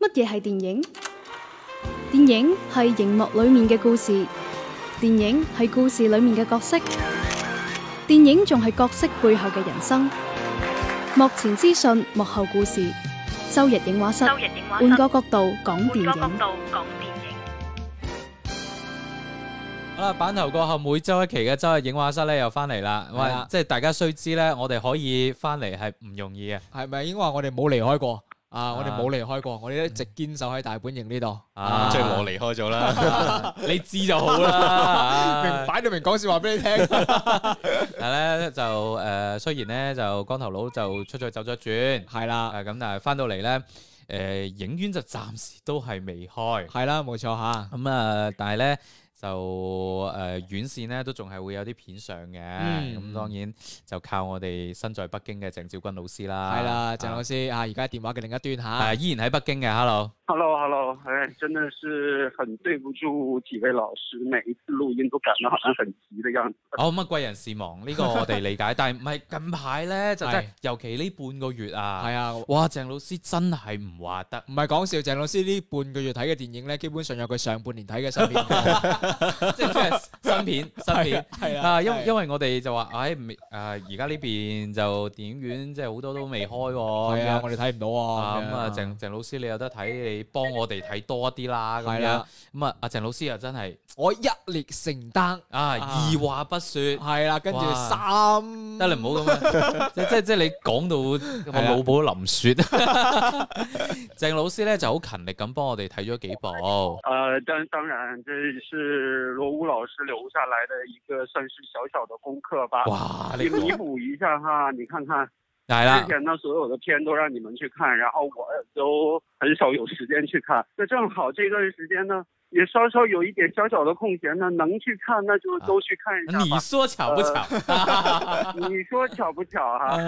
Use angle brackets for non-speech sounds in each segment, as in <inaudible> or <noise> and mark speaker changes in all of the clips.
Speaker 1: 乜嘢係電影？電影係熒幕裏面嘅故事，電影係故事裏面嘅角色，電影仲係角色背後嘅人生。幕前資訊，幕後故事。周日影畫室，
Speaker 2: 周日影畫室
Speaker 1: 換個角度講電
Speaker 2: 換個角
Speaker 1: 影。
Speaker 2: 度講電影。
Speaker 3: 好啦，版頭過後每周一期嘅周日影畫室咧又翻嚟啦。
Speaker 4: 係啊啦
Speaker 3: 喂，即係大家須知咧，我哋可以翻嚟係唔容易嘅。
Speaker 4: 系咪應該話我哋冇離開過啊？我哋冇離開過，我哋一直堅守喺大本營呢度。
Speaker 3: 啊
Speaker 5: 即係我離開咗啦，
Speaker 3: <laughs> 你知就好啦
Speaker 4: <laughs> 明。擺到明講笑話
Speaker 3: <laughs>
Speaker 4: 俾你聽，
Speaker 3: 但係咧就誒、呃，雖然咧就光頭佬就出咗走咗一轉，
Speaker 4: 係啦，
Speaker 3: 啊咁，但係翻到嚟咧誒，影院就暫時都係未開。
Speaker 4: 係啦，冇錯吓。
Speaker 3: 咁啊，但係咧就誒、呃、院線咧都仲係會有啲片上嘅。咁、
Speaker 4: 嗯
Speaker 3: 當然就靠我哋身在北京嘅鄭照君老師啦。
Speaker 4: 係啦，鄭老
Speaker 3: 啊
Speaker 4: 師啊，而家電話嘅另一端
Speaker 3: 啊
Speaker 4: 吓，
Speaker 3: 依然喺北京嘅，hello。
Speaker 6: Hello，Hello，哎，真的是很对不住几位老师，每一次录音都感到好像很急的样子。
Speaker 3: 哦，咁啊，貴人事忙呢、個我哋理解，但係唔係近排咧就真係
Speaker 4: 係，
Speaker 3: 尤其呢半個月啊，
Speaker 4: 係啊，唔
Speaker 3: 哇，鄭老師真係唔話
Speaker 4: <laughs>
Speaker 3: 得，
Speaker 4: 係講笑，鄭老師呢半個月睇嘅電影咧，基本上有佢上半年睇嘅新片。
Speaker 3: 即係 <laughs> 即係新片新片。
Speaker 4: <laughs> 係
Speaker 3: 啊，因因
Speaker 4: 為
Speaker 3: 為我哋就話，唉，未啊，而家呢邊就電影院即係好多都未開喎，
Speaker 4: 係
Speaker 3: 咁
Speaker 4: 啊，
Speaker 3: 樣
Speaker 4: 我哋睇唔到
Speaker 3: 啊
Speaker 4: 啊。
Speaker 3: 咁啊，鄭鄭老師你有得睇，你幫我哋睇多啲啦，咁
Speaker 4: 係
Speaker 3: 樣
Speaker 4: 啦，
Speaker 3: 咁啊，阿鄭老師又真係
Speaker 4: 我一列承擔。
Speaker 3: 啊，
Speaker 4: 啊
Speaker 3: 二話不說，
Speaker 4: 係啦，跟住
Speaker 3: 哇
Speaker 4: 三
Speaker 3: 得你唔好咁
Speaker 4: <laughs>
Speaker 3: 啊！即即即你講到我
Speaker 4: 係啊
Speaker 3: 腦補林雪， <laughs> 鄭老師咧就好勤力咁幫我哋睇咗幾部，
Speaker 6: 呃，当当然这是罗武老师留下来的一个算是小小的功课吧，
Speaker 3: 哇！
Speaker 6: 也
Speaker 3: 啊你
Speaker 6: 弥补一下哈。你看看
Speaker 3: 係啦
Speaker 6: <laughs> 之，前呢所有的片都让你们去看，然后我都很少有时间去看，那正好这段时间呢。也稍稍有一点小小的空闲呢，能去看啊那就都去看一下
Speaker 3: 你
Speaker 6: 吧。
Speaker 3: 說巧不巧？
Speaker 6: <laughs> 你说巧不巧哈、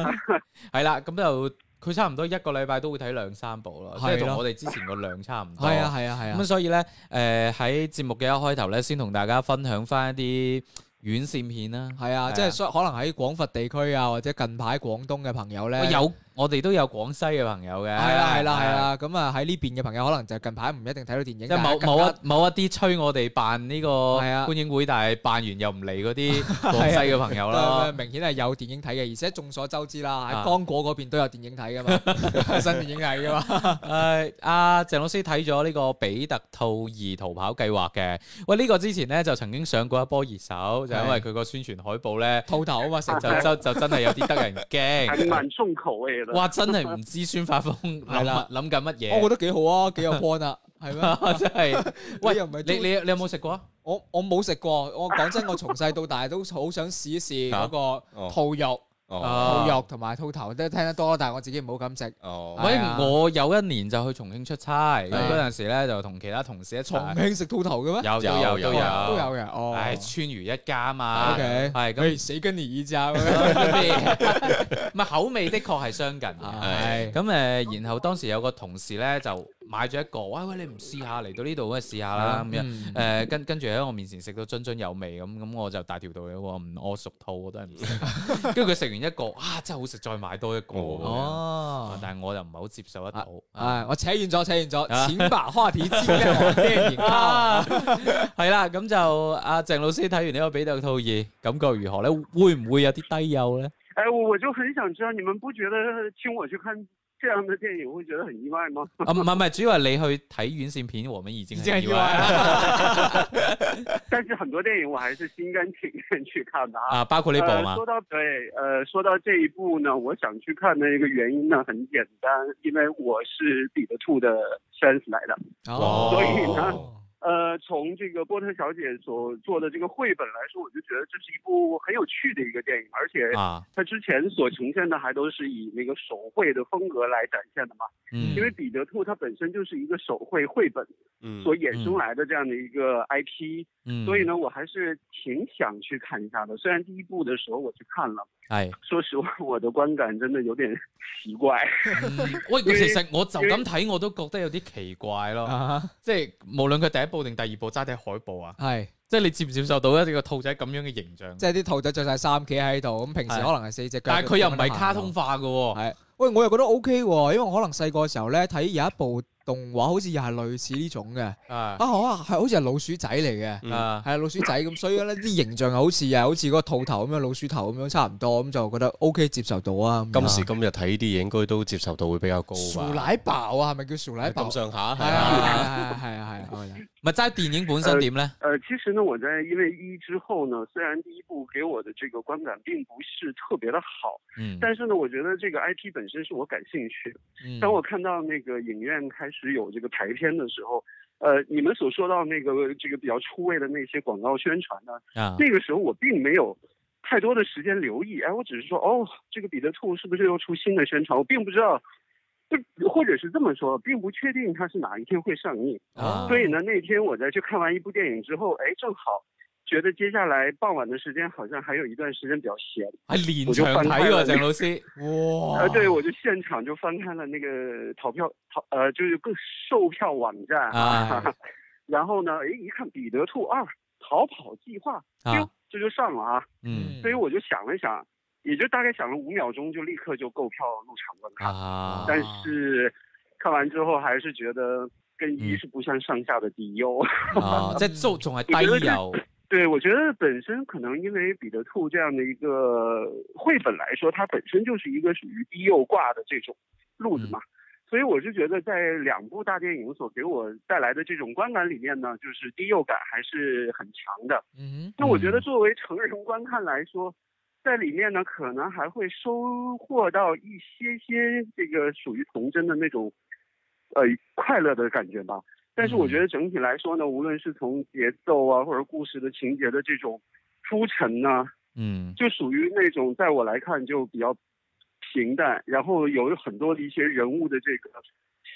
Speaker 3: 係啦，咁就佢差唔多一個禮拜都會睇兩三部咯，即係
Speaker 4: 係
Speaker 3: 同
Speaker 4: 咯
Speaker 3: 我哋之前個量差唔多。
Speaker 4: 係啊，係啊，係啊
Speaker 3: 咁。所以咧，誒喺節目嘅一開頭咧，先同大家分享翻一啲院線片啦。
Speaker 4: 係啊，即
Speaker 3: 係啊
Speaker 4: 係所以可能喺廣佛地區啊，或者近排廣東嘅朋友咧，
Speaker 3: 喂有我哋都有廣西嘅朋友嘅，
Speaker 4: 啊係啦係啦係啦，咁啊喺呢邊嘅朋友可能就近排唔一定睇到電影，
Speaker 3: 即係某
Speaker 4: 但係更加
Speaker 3: 某一某一啲催我哋辦呢個
Speaker 4: 係啊
Speaker 3: 觀影會，但係辦完又唔嚟嗰
Speaker 4: <laughs>
Speaker 3: 啲廣西嘅朋友啦。
Speaker 4: 明顯係有電影睇嘅，而且眾所周知啦，
Speaker 3: 啊
Speaker 4: 喺剛果嗰邊都有電
Speaker 3: <laughs>
Speaker 4: 影睇噶嘛，新電影睇噶嘛，
Speaker 3: 誒，阿鄭老師睇咗呢個《比特兔二逃跑計劃》嘅，喂呢個之前咧就曾經上過一波熱搜，就因為佢個宣傳海報咧
Speaker 4: 套頭啊嘛，成
Speaker 3: 就
Speaker 4: 就啊
Speaker 3: 就就真係有啲得人
Speaker 4: <laughs>
Speaker 6: 还
Speaker 3: 驚。
Speaker 6: 蛮重口味的。
Speaker 3: 哇！真係唔知孫發峰諗
Speaker 4: 係啦
Speaker 3: 諗緊乜嘢？
Speaker 4: 我覺得幾好啊，幾有 point 啊，係
Speaker 3: <laughs>
Speaker 4: 咩？
Speaker 3: 真係，喂，
Speaker 4: 你又唔係
Speaker 3: 你你你有冇食過啊？
Speaker 4: 我我冇食過，我講真，我從細到大都好想試
Speaker 3: <laughs>
Speaker 4: 一試嗰個
Speaker 5: 哦
Speaker 4: 兔肉、
Speaker 5: 哦
Speaker 4: 兔肉同埋兔頭，都聽得多，但係我自己唔好咁食。
Speaker 5: 哦，
Speaker 3: 喂
Speaker 4: 係，啊
Speaker 3: 我有一年就去重慶出差，咁
Speaker 4: 係
Speaker 3: 嗰陣時咧就同其他同事一
Speaker 4: 重
Speaker 3: 齊，
Speaker 4: 慶食兔頭嘅咩？
Speaker 3: 有都有
Speaker 5: 有
Speaker 3: 都
Speaker 4: 哦都有
Speaker 3: 有，
Speaker 4: 嘅，哦。
Speaker 3: 唉，川渝一家嘛，
Speaker 4: OK
Speaker 3: 係
Speaker 4: 喂，
Speaker 3: 咁，
Speaker 4: 死跟你依
Speaker 3: <laughs>
Speaker 4: 家咩？ <laughs>
Speaker 3: 唔係口味的確係相近嘅。
Speaker 4: 係
Speaker 3: 咁誒，然後當時有個同事咧就買咗一個，喂喂，你唔試下嚟到呢度嘅試下啦啊咁樣。
Speaker 4: 嗯
Speaker 3: 誒跟跟住喺我面前食到津津有味咁，咁我就大條道理喎，唔我屬兔我都係唔
Speaker 4: <laughs>
Speaker 3: 食。跟住佢食完一個，啊真係好食，再買多一個。
Speaker 5: 哦
Speaker 4: 哦
Speaker 3: 啊，但係我又唔係好接受得到。
Speaker 4: 啊！我扯遠咗，扯遠
Speaker 3: 啊
Speaker 4: 咗，請把話題轉向我
Speaker 3: <laughs>
Speaker 4: 電影啦。
Speaker 3: 啊，係啦，咁就阿鄭老師睇完呢個《比特兔二》，感覺如何咧？會唔會有啲低幼咧？
Speaker 6: 哎，我我就很想知道，你们不觉得请我去看这样的电影会觉得很意外吗？
Speaker 3: <laughs> 啊，唔係唔係，主要係你去睇院線片，我們已經啊
Speaker 4: 已經係
Speaker 3: 意外啦。
Speaker 6: 啊但是很多电影我还是心甘情愿去看的
Speaker 3: <laughs>
Speaker 6: 啊。
Speaker 3: 啊，包括呢部
Speaker 6: 呃
Speaker 3: 嘛
Speaker 6: 说，到对，呃，说到这一部呢，我想去看的一个原因呢，很简单，因为我是彼得兔的 fans 来的。
Speaker 3: 哦
Speaker 6: 所以呢，呃，从这个波特小姐所做的这个绘本来说，我就觉得这是一部很有趣的一个电影，而且
Speaker 3: 啊，
Speaker 6: 它之前所呈现的还都是以那个手绘的风格来展现的嘛。
Speaker 3: 嗯
Speaker 6: 因，为彼得兔它本身就是一个手绘绘本
Speaker 5: 嗯
Speaker 6: 所衍生来的这样的一个 IP，、
Speaker 3: 嗯
Speaker 6: 所以呢，我还是挺想去看一下的。虽然第一部的时候我去看了， <laughs>
Speaker 3: 係。
Speaker 6: 说实话，我的观感真的有点奇怪。
Speaker 3: 嗯喂，
Speaker 6: 因為
Speaker 3: 其實我就咁睇，我都覺得有啲奇怪咯。
Speaker 4: 啊
Speaker 3: 即係無論佢第一部定第二部揸啲海報啊，
Speaker 4: 哈，係
Speaker 3: 即係你接唔接受到一個兔仔咁樣嘅形象？
Speaker 4: 即係啲兔仔着晒衫企喺度，咁平時
Speaker 3: 係
Speaker 4: 可能係四隻腳。
Speaker 3: 但
Speaker 4: 啊
Speaker 5: 啊
Speaker 3: 係佢又唔係卡通。化嘅喎。
Speaker 4: 係，喂，我又覺得 O K 喎，因為我可能細個嘅時候咧睇有一部動畫，好似又係類似呢種嘅。
Speaker 3: 啊
Speaker 4: 啊，可能係好似係老鼠仔嚟嘅，
Speaker 5: 嗯
Speaker 3: 啊
Speaker 4: 係啊老鼠仔咁，所以咧啲形象又好似又好似嗰個兔頭咁樣，老鼠頭咁樣差唔多，咁就覺得 O K 接受到啊。咁樣
Speaker 5: 今時今日睇啲嘢應該都接受度會比較高
Speaker 4: 薯
Speaker 5: 吧？
Speaker 4: 奶爆啊，係咪叫薯奶爆？
Speaker 5: 咁上下
Speaker 4: 係啊
Speaker 5: 係
Speaker 4: 係
Speaker 5: 啊，
Speaker 4: 啊係啊係啊係啊！
Speaker 3: 咪齋電影本身點咧？
Speaker 6: 呃，其实呢，我在因为一之后呢，虽然第一部给我的这个观感并不是特别的好，
Speaker 3: 嗯
Speaker 6: 但是呢，我觉得这个 IP 本身是我感兴趣的。
Speaker 3: 嗯
Speaker 6: 当我看到那个影院开始有这个排片的时候，呃，你们所说到那个这个比较出位的那些广告宣传呢，
Speaker 3: 啊
Speaker 6: 那个时候我并没有太多的时间留意，哎，我只是说哦，这个彼得兔是不是又出新的宣传？我并不知道，就或者是这么说，并不确定它是哪一天会上映。
Speaker 3: 啊
Speaker 6: 所以呢，那天我在去看完一部电影之后，哎，正好觉得接下来傍晚的时间好像还有一段时间比较闲，
Speaker 3: 係連場睇喎，鄭老
Speaker 6: <laughs>
Speaker 3: 師。
Speaker 4: 哇！
Speaker 6: 呃，对我就现场就翻看了那个淘票淘呃，就是各售票网站，
Speaker 3: 啊
Speaker 6: 然后呢，哎，一看《彼得兔二逃跑计划》，
Speaker 3: 啊
Speaker 6: 哟，这就上了啊，
Speaker 3: 嗯
Speaker 6: 所以我就想了想，也就大概想了五秒钟，就立刻就购票入场观看，
Speaker 3: 啊
Speaker 6: 但是看完之后还是觉得跟一
Speaker 3: 嗯
Speaker 6: 是不相上下的低幼。
Speaker 3: 啊，即係都仲係低油
Speaker 6: <laughs> 对，我觉得本身可能因为《彼得兔》这样的一个绘本来说，它本身就是一个属于低幼挂的这种路
Speaker 3: 嗯
Speaker 6: 子嘛，所以我是觉得在两部大电影所给我带来的这种观感里面呢，就是低幼感还是很强的。
Speaker 4: 嗯
Speaker 6: 那我觉得作为成人观看来说，在里面呢，可能还会收获到一些些这个属于童真的那种，呃，快乐的感觉吧。但是我觉得整体来说呢，无论是从节奏啊，或者故事的情节的这种铺陈呢，
Speaker 3: 嗯
Speaker 6: 就属于那种在我来看就比较平淡，然后有很多的一些人物的这个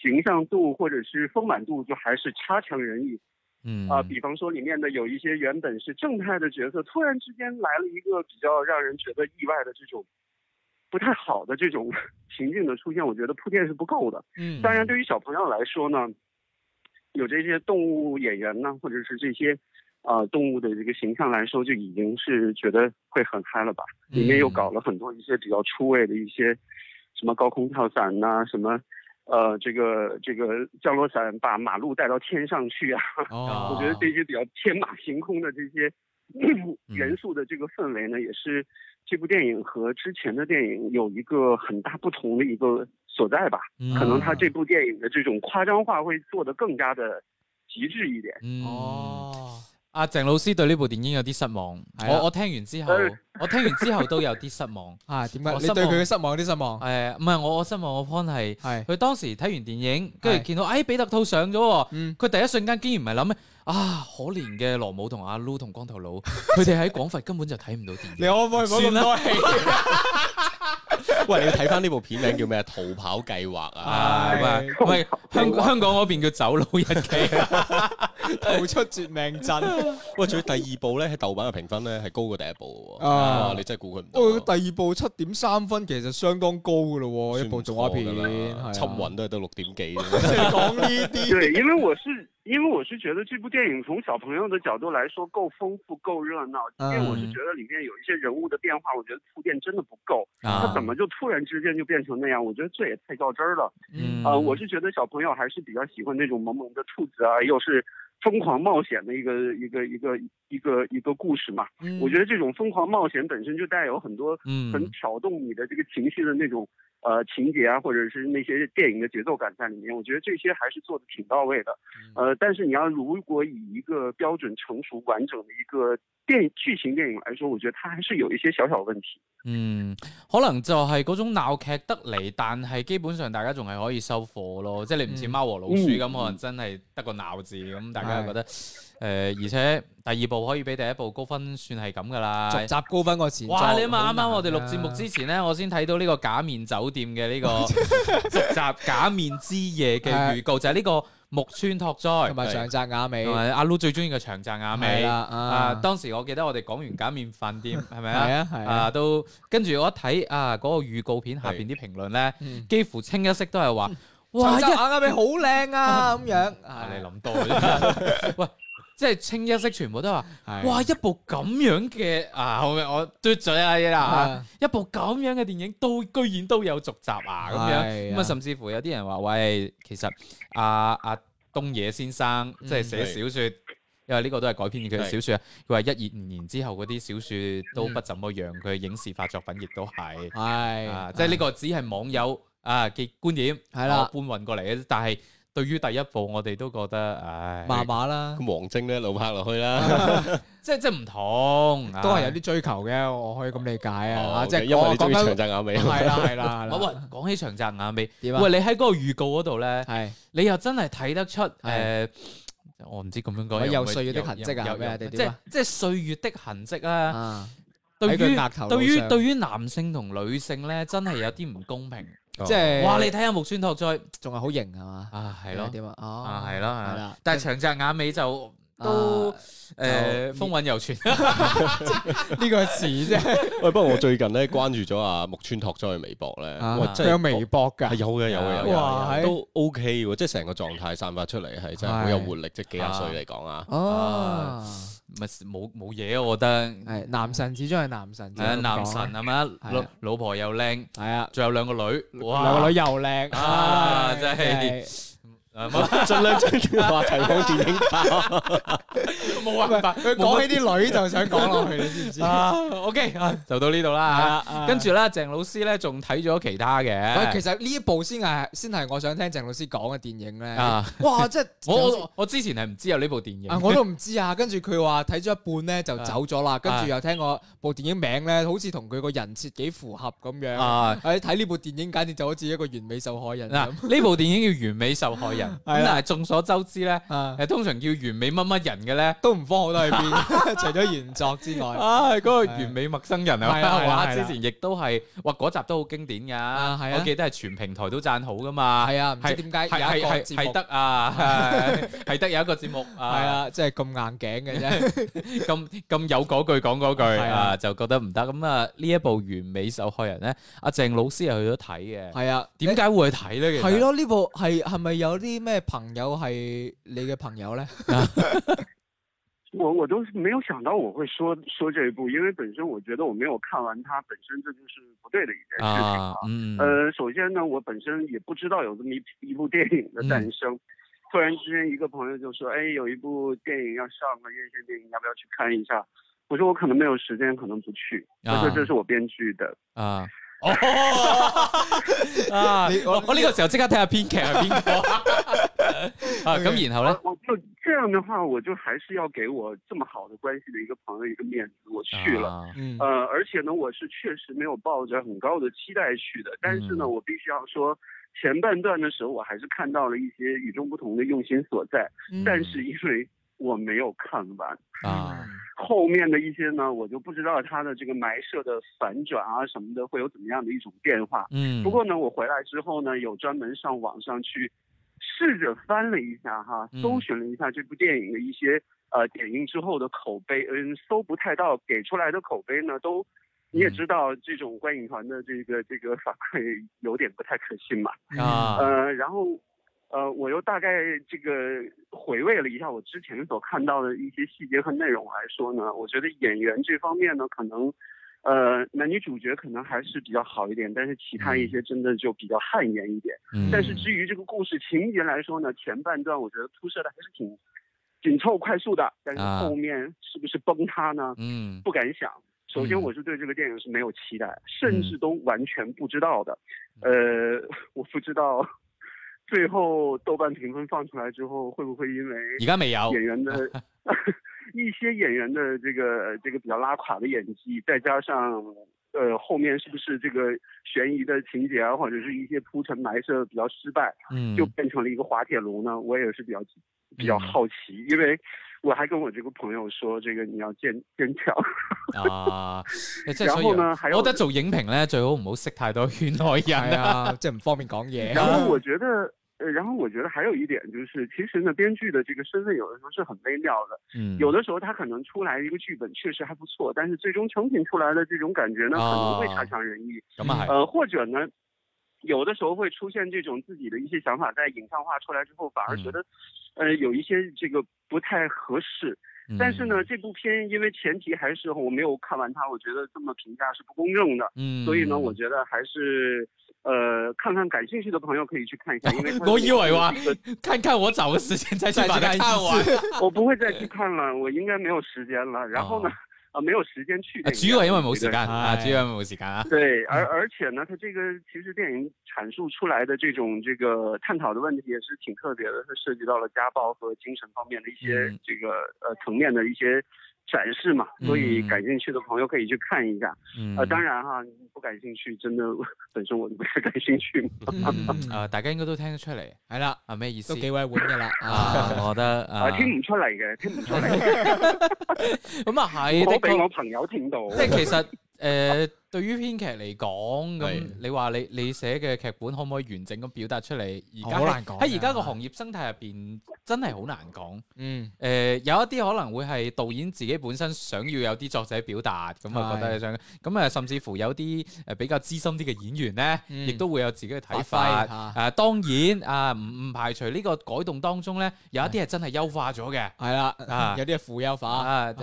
Speaker 6: 形象度或者是丰满度，就还是差强人意。
Speaker 3: 嗯
Speaker 6: 啊，比方说里面的有一些原本是正派的角色，突然之间来了一个比较让人觉得意外的这种不太好的这种情境的出现，我觉得铺垫是不够的。
Speaker 4: 嗯
Speaker 6: 当然，对于小朋友来说呢，有这些动物演员呢，或者是这些呃动物的这个形象来说，就已经是觉得会很嗨了吧。里面又搞了很多一些比较出位的一些什么高空跳伞呐、什么呃这个这个降落伞把马路带到天上去啊。
Speaker 4: 哦
Speaker 6: 我觉得这些比较天马行空的这些嗯元素的这个氛围呢，也是这部电影和之前的电影有一个很大不同的一个所在吧。
Speaker 3: 嗯
Speaker 6: 可能他这部电影的这种夸张化会做得更加的极致一点。
Speaker 3: 嗯
Speaker 4: 哦，
Speaker 3: 阿鄭老師對呢部電影有啲失望，
Speaker 4: 係啊
Speaker 3: 我我聽完之後，
Speaker 6: 誒
Speaker 3: 我聽完之後都有啲失
Speaker 6: <laughs>
Speaker 3: 望。
Speaker 4: 啊點解
Speaker 3: 我
Speaker 4: 你
Speaker 3: 失
Speaker 4: 對
Speaker 3: 望
Speaker 4: 佢嘅失望有啲失望？
Speaker 3: 誒，唔係我我失望嘅 point 係，
Speaker 4: 係
Speaker 3: 佢當時睇完電影，跟住
Speaker 4: 係
Speaker 3: 見到哎誒彼得兔上咗喎，
Speaker 4: 嗯
Speaker 3: 佢第一瞬間竟然唔係諗咩啊可憐嘅羅姆同阿 Lu 同光頭
Speaker 6: <laughs>
Speaker 3: 佬，佢哋喺廣佛根本就睇唔到電影
Speaker 4: 你。可唔可以唔好咁多戲？
Speaker 5: 喂，你要睇翻呢部片名叫咩？逃跑計劃啊！
Speaker 3: 啊，
Speaker 4: 唉
Speaker 3: 唔係
Speaker 6: <laughs>
Speaker 3: 香香港嗰邊叫走佬日記，
Speaker 4: 逃出絕命陣。
Speaker 5: 喂，仲要第二部咧喺豆瓣嘅評分咧係高過第一部嘅喎。
Speaker 4: 啊
Speaker 5: 哇！你真係估佢唔到
Speaker 4: 哦，
Speaker 5: 啊。
Speaker 4: 第二部七點三分，其實相當高噶咯哦喎，一部動畫片，係啊
Speaker 5: 侵雲都係得六點幾啫。 <laughs>
Speaker 4: 即係講呢啲。
Speaker 6: 对，因为我是因为我是觉得这部电影从小朋友的角度来说够丰富够热闹，因为我是觉得里面有一些人物的变化，我觉得铺垫真的不够。
Speaker 3: 啊
Speaker 6: 他怎么就突然之间就变成那样？我觉得这也太较真儿了。
Speaker 3: 嗯
Speaker 6: 啊、我是觉得小朋友还是比较喜欢那种萌萌的兔子啊，又是疯狂冒险的一个一个一个一个一个故事嘛。
Speaker 4: 嗯
Speaker 6: 我觉得这种疯狂冒险本身就带有很多
Speaker 3: 嗯
Speaker 6: 很挑动你的这个情绪的那种呃情节啊，或者是那些电影的节奏感在里面。我觉得这些还是做的挺到位的。
Speaker 3: 嗯
Speaker 6: 呃，但是你要如果以一个标准成熟完整的一个电剧情电影来说，我觉得它还是有一些小小问题。
Speaker 3: 嗯，可能就係嗰種鬧劇得嚟，但係基本上大家仲係可以收貨咯，即係你唔似
Speaker 4: 嗯
Speaker 3: 貓和老鼠咁，
Speaker 6: 嗯
Speaker 3: 可能真係得個鬧字咁，大家覺得诶、而且第二部可以比第一部高分，算係咁噶啦。
Speaker 4: 續集高分個前作
Speaker 3: 哇！你啊，啱啱我哋錄
Speaker 4: 好
Speaker 3: 節
Speaker 4: 難啊
Speaker 3: 目之前呢，我先睇到呢個《假面酒店》嘅呢個續集《假面之夜》嘅預告，就係呢個木村拓哉
Speaker 4: 同埋上澤雅美
Speaker 3: 同埋阿 Lu 最中意嘅長澤雅
Speaker 4: 係
Speaker 3: 美。
Speaker 4: 啦
Speaker 3: 啊！
Speaker 4: 啊，
Speaker 3: 當時我記得我哋講完假面飯店係咪
Speaker 4: 係
Speaker 3: 啊？
Speaker 4: 啊係啊，
Speaker 3: 啊，都跟住我一睇啊，嗰、個預告片下邊啲評論咧，
Speaker 4: 嗯
Speaker 3: 幾乎清一色都係話：
Speaker 4: 哇！
Speaker 3: 哇！
Speaker 4: 上
Speaker 3: 一 <laughs>
Speaker 4: 澤雅美好靚啊，咁樣
Speaker 3: 啊
Speaker 4: 啊，
Speaker 3: <laughs> 你諗多咗，喂，即係清一色全部都話，
Speaker 4: 係
Speaker 3: 哇！一部咁樣嘅啊，我我嘟咗一啲啦
Speaker 4: 啊
Speaker 3: 一部咁樣嘅電影都居然都有續集啊，咁
Speaker 4: 係
Speaker 3: 樣
Speaker 4: 啊
Speaker 3: 咁啊，甚至乎有啲人話，喂，其實阿阿東野先生
Speaker 4: 嗯
Speaker 3: 即係寫小說。因為呢個都係改編佢嘅小說，佢話一二五年之後嗰啲小說都
Speaker 4: 嗯
Speaker 3: 不怎麼樣，佢嘅影視化作品亦都係。
Speaker 4: 係
Speaker 3: 啊，即係呢個只係網友啊嘅觀點，
Speaker 4: 係啦
Speaker 3: 我搬運過嚟嘅。但係對於第一部，我哋都覺得唉，
Speaker 4: 麻麻啦，
Speaker 5: 咁王晶咧，老拍落去啦，
Speaker 3: 即係即係唔同，
Speaker 4: 都係有啲追求嘅，我可以咁理解啊，<laughs>
Speaker 5: 哦
Speaker 4: 即係
Speaker 5: 因為你中意
Speaker 4: 講緊
Speaker 5: 長澤雅美，啊
Speaker 4: 係啦 <laughs> 係啦，係
Speaker 3: 唉。
Speaker 4: 啦
Speaker 3: 喂喂，講起長澤雅美，
Speaker 4: 啊點啊？
Speaker 3: 喂，你喺嗰個預告嗰度咧，
Speaker 4: 係
Speaker 3: 你又真係睇得出誒，我唔知咁樣講，
Speaker 4: 喂
Speaker 3: 冇
Speaker 4: 有歲月的痕跡啊
Speaker 3: 有有
Speaker 4: 咩
Speaker 3: 有
Speaker 4: 定
Speaker 3: 即
Speaker 4: 點
Speaker 3: 係
Speaker 4: 啊
Speaker 3: 即係歲月的痕跡啊！
Speaker 4: 啊，
Speaker 3: 對
Speaker 4: 喺佢
Speaker 3: 於
Speaker 4: 額頭
Speaker 3: 對於
Speaker 4: 路上
Speaker 3: 對於男性同女性咧，真係有啲唔公平。
Speaker 4: 即係
Speaker 3: 哇！你睇下木村拓哉
Speaker 4: 仲係好型係嘛？
Speaker 3: 啊，係咯。
Speaker 4: 點啊？哦，
Speaker 3: 啊，係啦，係
Speaker 4: 係
Speaker 3: 啦
Speaker 4: 啦，
Speaker 3: 但係長澤雅美就
Speaker 4: 啊
Speaker 3: 都誒
Speaker 4: 就
Speaker 3: 風韻猶存， <laughs>
Speaker 4: 呢個詞啫，
Speaker 5: <laughs> 喂，不過我最近咧關注咗阿木村拓哉嘅微博咧，
Speaker 4: 啊
Speaker 5: 哇，真
Speaker 4: 佢有
Speaker 5: 係
Speaker 4: 微博
Speaker 5: 係
Speaker 4: 㗎，
Speaker 5: 有嘅有嘅有嘅
Speaker 4: 哇哎係
Speaker 5: 有嘅，都 OK 喎，即係成個狀態散發出嚟係真係好有活力，即係幾廿歲嚟講啊， <laughs>
Speaker 4: 哦，
Speaker 3: 咪冇冇嘢，我覺得
Speaker 4: 係男神始終係男神，
Speaker 3: 誒男神係咪
Speaker 4: 啊
Speaker 3: 老老婆又靚，
Speaker 4: 係啊，
Speaker 3: 仲有兩個女，哇，
Speaker 4: 兩個女又靚
Speaker 3: 啊真係啊冇
Speaker 5: 盡量將呢個話題往電影化。
Speaker 3: 冇辦法，
Speaker 4: 佢講起啲女就想講落去，你知唔知？
Speaker 3: <laughs> 啊，OK 啊，就到呢度啦
Speaker 4: 啊
Speaker 3: 跟住咧，鄭老師咧仲睇咗其他
Speaker 4: 喂，
Speaker 3: 嘅，
Speaker 4: 其實呢一部先係先係我想聽鄭老師講嘅電影咧。
Speaker 3: 啊，
Speaker 4: 哇！即係
Speaker 3: <laughs> 我我我之前係唔知有呢部電
Speaker 4: 啊，
Speaker 3: 影，
Speaker 4: 我都唔知啊。跟住佢話睇咗一半咧就走咗啦，跟
Speaker 3: 啊
Speaker 4: 住又聽我部電影名咧，好似同佢個人設幾符合咁樣。
Speaker 3: 啊。
Speaker 4: 喺睇呢部電影，簡直就好似一個完美受害人
Speaker 3: 嗱，
Speaker 4: 咁。
Speaker 3: 呢部電影叫《完美受害人》，咁
Speaker 4: 啊係啊啦
Speaker 3: 但係眾所周知咧，
Speaker 4: 啊，
Speaker 3: 誒通常叫完美乜乜人嘅咧，
Speaker 4: 都唔慌好得去邊， <laughs> 除咗原作之外。
Speaker 3: 啊，嗰個完美陌生人
Speaker 4: 係啦
Speaker 3: <laughs> 啊，
Speaker 4: 係啦
Speaker 3: 哇！
Speaker 4: 係
Speaker 3: 之
Speaker 4: 啦
Speaker 3: 前亦都係，哇！嗰集都好經典噶
Speaker 4: 啊係，啊
Speaker 3: 我記得係全平台都讚好噶嘛，
Speaker 4: 係啊，唔知
Speaker 3: 係
Speaker 4: 點解
Speaker 3: 係
Speaker 4: 有一個
Speaker 3: 係
Speaker 4: 節
Speaker 3: 係
Speaker 4: 目
Speaker 3: 得啊，係 <laughs> 係得有一個節目
Speaker 4: 係
Speaker 3: 啊，
Speaker 4: 啊，即係咁硬頸嘅
Speaker 3: <laughs>
Speaker 4: 啫。
Speaker 3: 咁咁有嗰句講嗰句
Speaker 4: 係啊
Speaker 3: 啊，就覺得唔得咁啊！呢一部完美受害人咧，阿鄭老師係去咗睇嘅，
Speaker 4: 係啊，
Speaker 3: 點解會去睇咧？其實
Speaker 4: 係，咯，呢部係係咪有啲咩朋友係你嘅朋友咧？
Speaker 6: 我我都没有想到我会说说这一部，因为本身我觉得我没有看完它，本身这就是不对的一件事情
Speaker 3: 啊，
Speaker 4: <laughs>
Speaker 3: 嗯，
Speaker 6: 呃，首先呢，我本身也不知道有这么一一部电影的诞
Speaker 3: 嗯
Speaker 6: 生，突然之间一个朋友就说：“哎，有一部电影要上了，院线电影，要不要去看一下？”我说：“我可能没有时间，可能不去。”他说
Speaker 3: 啊：“
Speaker 6: 这是我编剧的。
Speaker 3: 啊。哦， <laughs> 啊！
Speaker 4: 你
Speaker 3: 我我呢個時候即刻睇下編劇係邊
Speaker 4: <laughs>
Speaker 3: 個啊！咁然後咧
Speaker 6: 我我就这样的话，我就还是要给我这么好的关系的一个朋友一个面子，我去了。
Speaker 3: 啊
Speaker 4: 嗯
Speaker 6: 呃，而且呢，我是确实没有抱着很高的期待去的，但是呢，
Speaker 3: 嗯
Speaker 6: 我必须要说，前半段的时候，我还是看到了一些与众不同的用心所在。
Speaker 4: 嗯
Speaker 6: 但是因为我没有看完，
Speaker 3: 啊！
Speaker 6: 嗯后面的一些呢，我就不知道它的这个埋设的反转啊什么的会有怎么样的一种变化。
Speaker 3: 嗯，
Speaker 6: 不过呢，我回来之后呢，有专门上网上去试着翻了一下哈，
Speaker 3: 嗯
Speaker 6: 搜寻了一下这部电影的一些呃点映之后的口碑，嗯，搜不太到，给出来的口碑呢都。你
Speaker 3: 嗯
Speaker 6: 也知道这种观影团的这个这个反馈有点不太可信嘛，
Speaker 3: 啊
Speaker 6: 呃，然后，呃，我又大概这个回味了一下我之前所看到的一些细节和内容来说呢，我觉得演员这方面呢，可能，呃，男女主角可能还是比较好一点，但是其他一些真的就比较汗颜一点。
Speaker 3: 嗯
Speaker 6: 但是至于这个故事情节来说呢，前半段我觉得铺设的还是挺紧凑快速的，但是
Speaker 3: 啊
Speaker 6: 后面是不是崩塌呢？
Speaker 3: 嗯
Speaker 6: 不敢想。首先，
Speaker 3: 嗯
Speaker 6: 我是对这个电影是没有期待，甚至都完全不知道的。
Speaker 3: 嗯
Speaker 6: 呃， <laughs> 我不知道 <laughs> 最后豆瓣评分放出来之后，会不会因为
Speaker 3: 而家未
Speaker 6: <laughs>
Speaker 3: 有
Speaker 6: 演员
Speaker 3: <laughs>
Speaker 6: 的一些演员的这个这个比较拉垮的演技，再加上呃后面是不是这个悬疑的情节啊，或者是一些铺陈埋设比较失败，
Speaker 3: 嗯
Speaker 6: 就变成了一个滑铁卢呢？我也是比较比较好奇，因为我还跟我这个朋友说，这个你要坚坚强。
Speaker 3: 啊，
Speaker 6: <laughs>
Speaker 3: 即係
Speaker 6: 然
Speaker 3: 所以
Speaker 6: 後呢還有
Speaker 3: 我覺得做影評咧最好唔好識太多圈內
Speaker 4: 係
Speaker 3: 人啊。
Speaker 4: 啊，即係唔方便講嘢。
Speaker 6: 然后我觉得，呃，然后我觉得还有一点就是，其实呢，编剧的这个身份有的时候是很微妙的，
Speaker 3: 嗯
Speaker 6: 有的时候他可能出来一个剧本确实还不错，但是最终成品出来的这种感觉呢，可能会差强人意。
Speaker 3: 咁啊係
Speaker 6: 呃，或者呢，
Speaker 3: 嗯
Speaker 6: 有的时候会出现这种自己的一些想法在影像化出来之后，反而觉得呃，有一些这个不太合适。
Speaker 3: 嗯
Speaker 6: 呃但是呢，这部片因为前提还是我没有看完它，我觉得这么评价是不公正的。
Speaker 3: 嗯，
Speaker 6: 所以呢，我觉得还是呃，看看感兴趣的朋友可以去看一下，因
Speaker 3: <laughs>
Speaker 6: 为它
Speaker 3: 我以为
Speaker 6: <laughs>
Speaker 3: 哇
Speaker 6: 这个
Speaker 3: 看看我找个时间再去
Speaker 4: 再去
Speaker 3: 把它
Speaker 4: 看一
Speaker 3: 看
Speaker 4: 次
Speaker 3: 完。
Speaker 6: 我
Speaker 3: <laughs>
Speaker 6: 不会再去看了，我应该没有时间了。然后呢， <laughs> 啊，没有时间去
Speaker 3: 哦啊，
Speaker 6: 电
Speaker 3: 主
Speaker 6: 影院。
Speaker 3: 要因為冇時間
Speaker 6: 对
Speaker 3: 啊，
Speaker 4: 哎
Speaker 3: 主要因為冇時間啊。
Speaker 6: 对，而而且呢，它这个其实电影阐述出来的这种这个探讨的问题也是挺特别的，它涉及到了家暴和精神方面的一些
Speaker 3: 嗯
Speaker 6: 这个呃层面的一些展示嘛，所以
Speaker 3: 嗯
Speaker 6: 感兴趣的朋友可以去看一下。
Speaker 3: 嗯
Speaker 6: 呃，当然哈，你不感兴趣，真的 <laughs> 本身我就不太感兴趣嘛。
Speaker 3: 嗯啊，大家應該都聽得出嚟
Speaker 4: 系啦，
Speaker 3: 啊咩意思
Speaker 4: 都幾委婉噶啦。啊，
Speaker 3: 啊？我覺得
Speaker 6: 啊，
Speaker 3: 啊，
Speaker 6: 聽唔出嚟嘅，聽唔出嚟嘅，
Speaker 3: 咁啊係，的
Speaker 6: 我俾
Speaker 3: 確
Speaker 6: 我朋友聽到。
Speaker 3: 即係其實誒，對於編劇嚟講，咁
Speaker 5: 係
Speaker 3: 你話你你寫嘅劇本可唔可以完整咁表達出嚟？而家
Speaker 4: 哦好
Speaker 3: 喺
Speaker 4: 難講
Speaker 3: 喺而家
Speaker 4: 㗎
Speaker 3: 個行業生態入邊，真係好難講。
Speaker 4: 嗯，
Speaker 3: 誒、有一啲可能會係導演自己本身想要有啲作者表達，咁啊
Speaker 4: 係
Speaker 3: 覺得你想咁啊，甚至乎有啲誒比較資深啲嘅演員呢，
Speaker 4: 嗯
Speaker 3: 亦、都會有自己嘅睇法。
Speaker 4: 發揮嚇
Speaker 3: 啊，當然啊，唔唔排除呢個改動當中呢，有一啲係真係優化咗嘅。
Speaker 4: 係啦
Speaker 3: 啊，
Speaker 4: 有啲係負優化。
Speaker 3: 啊，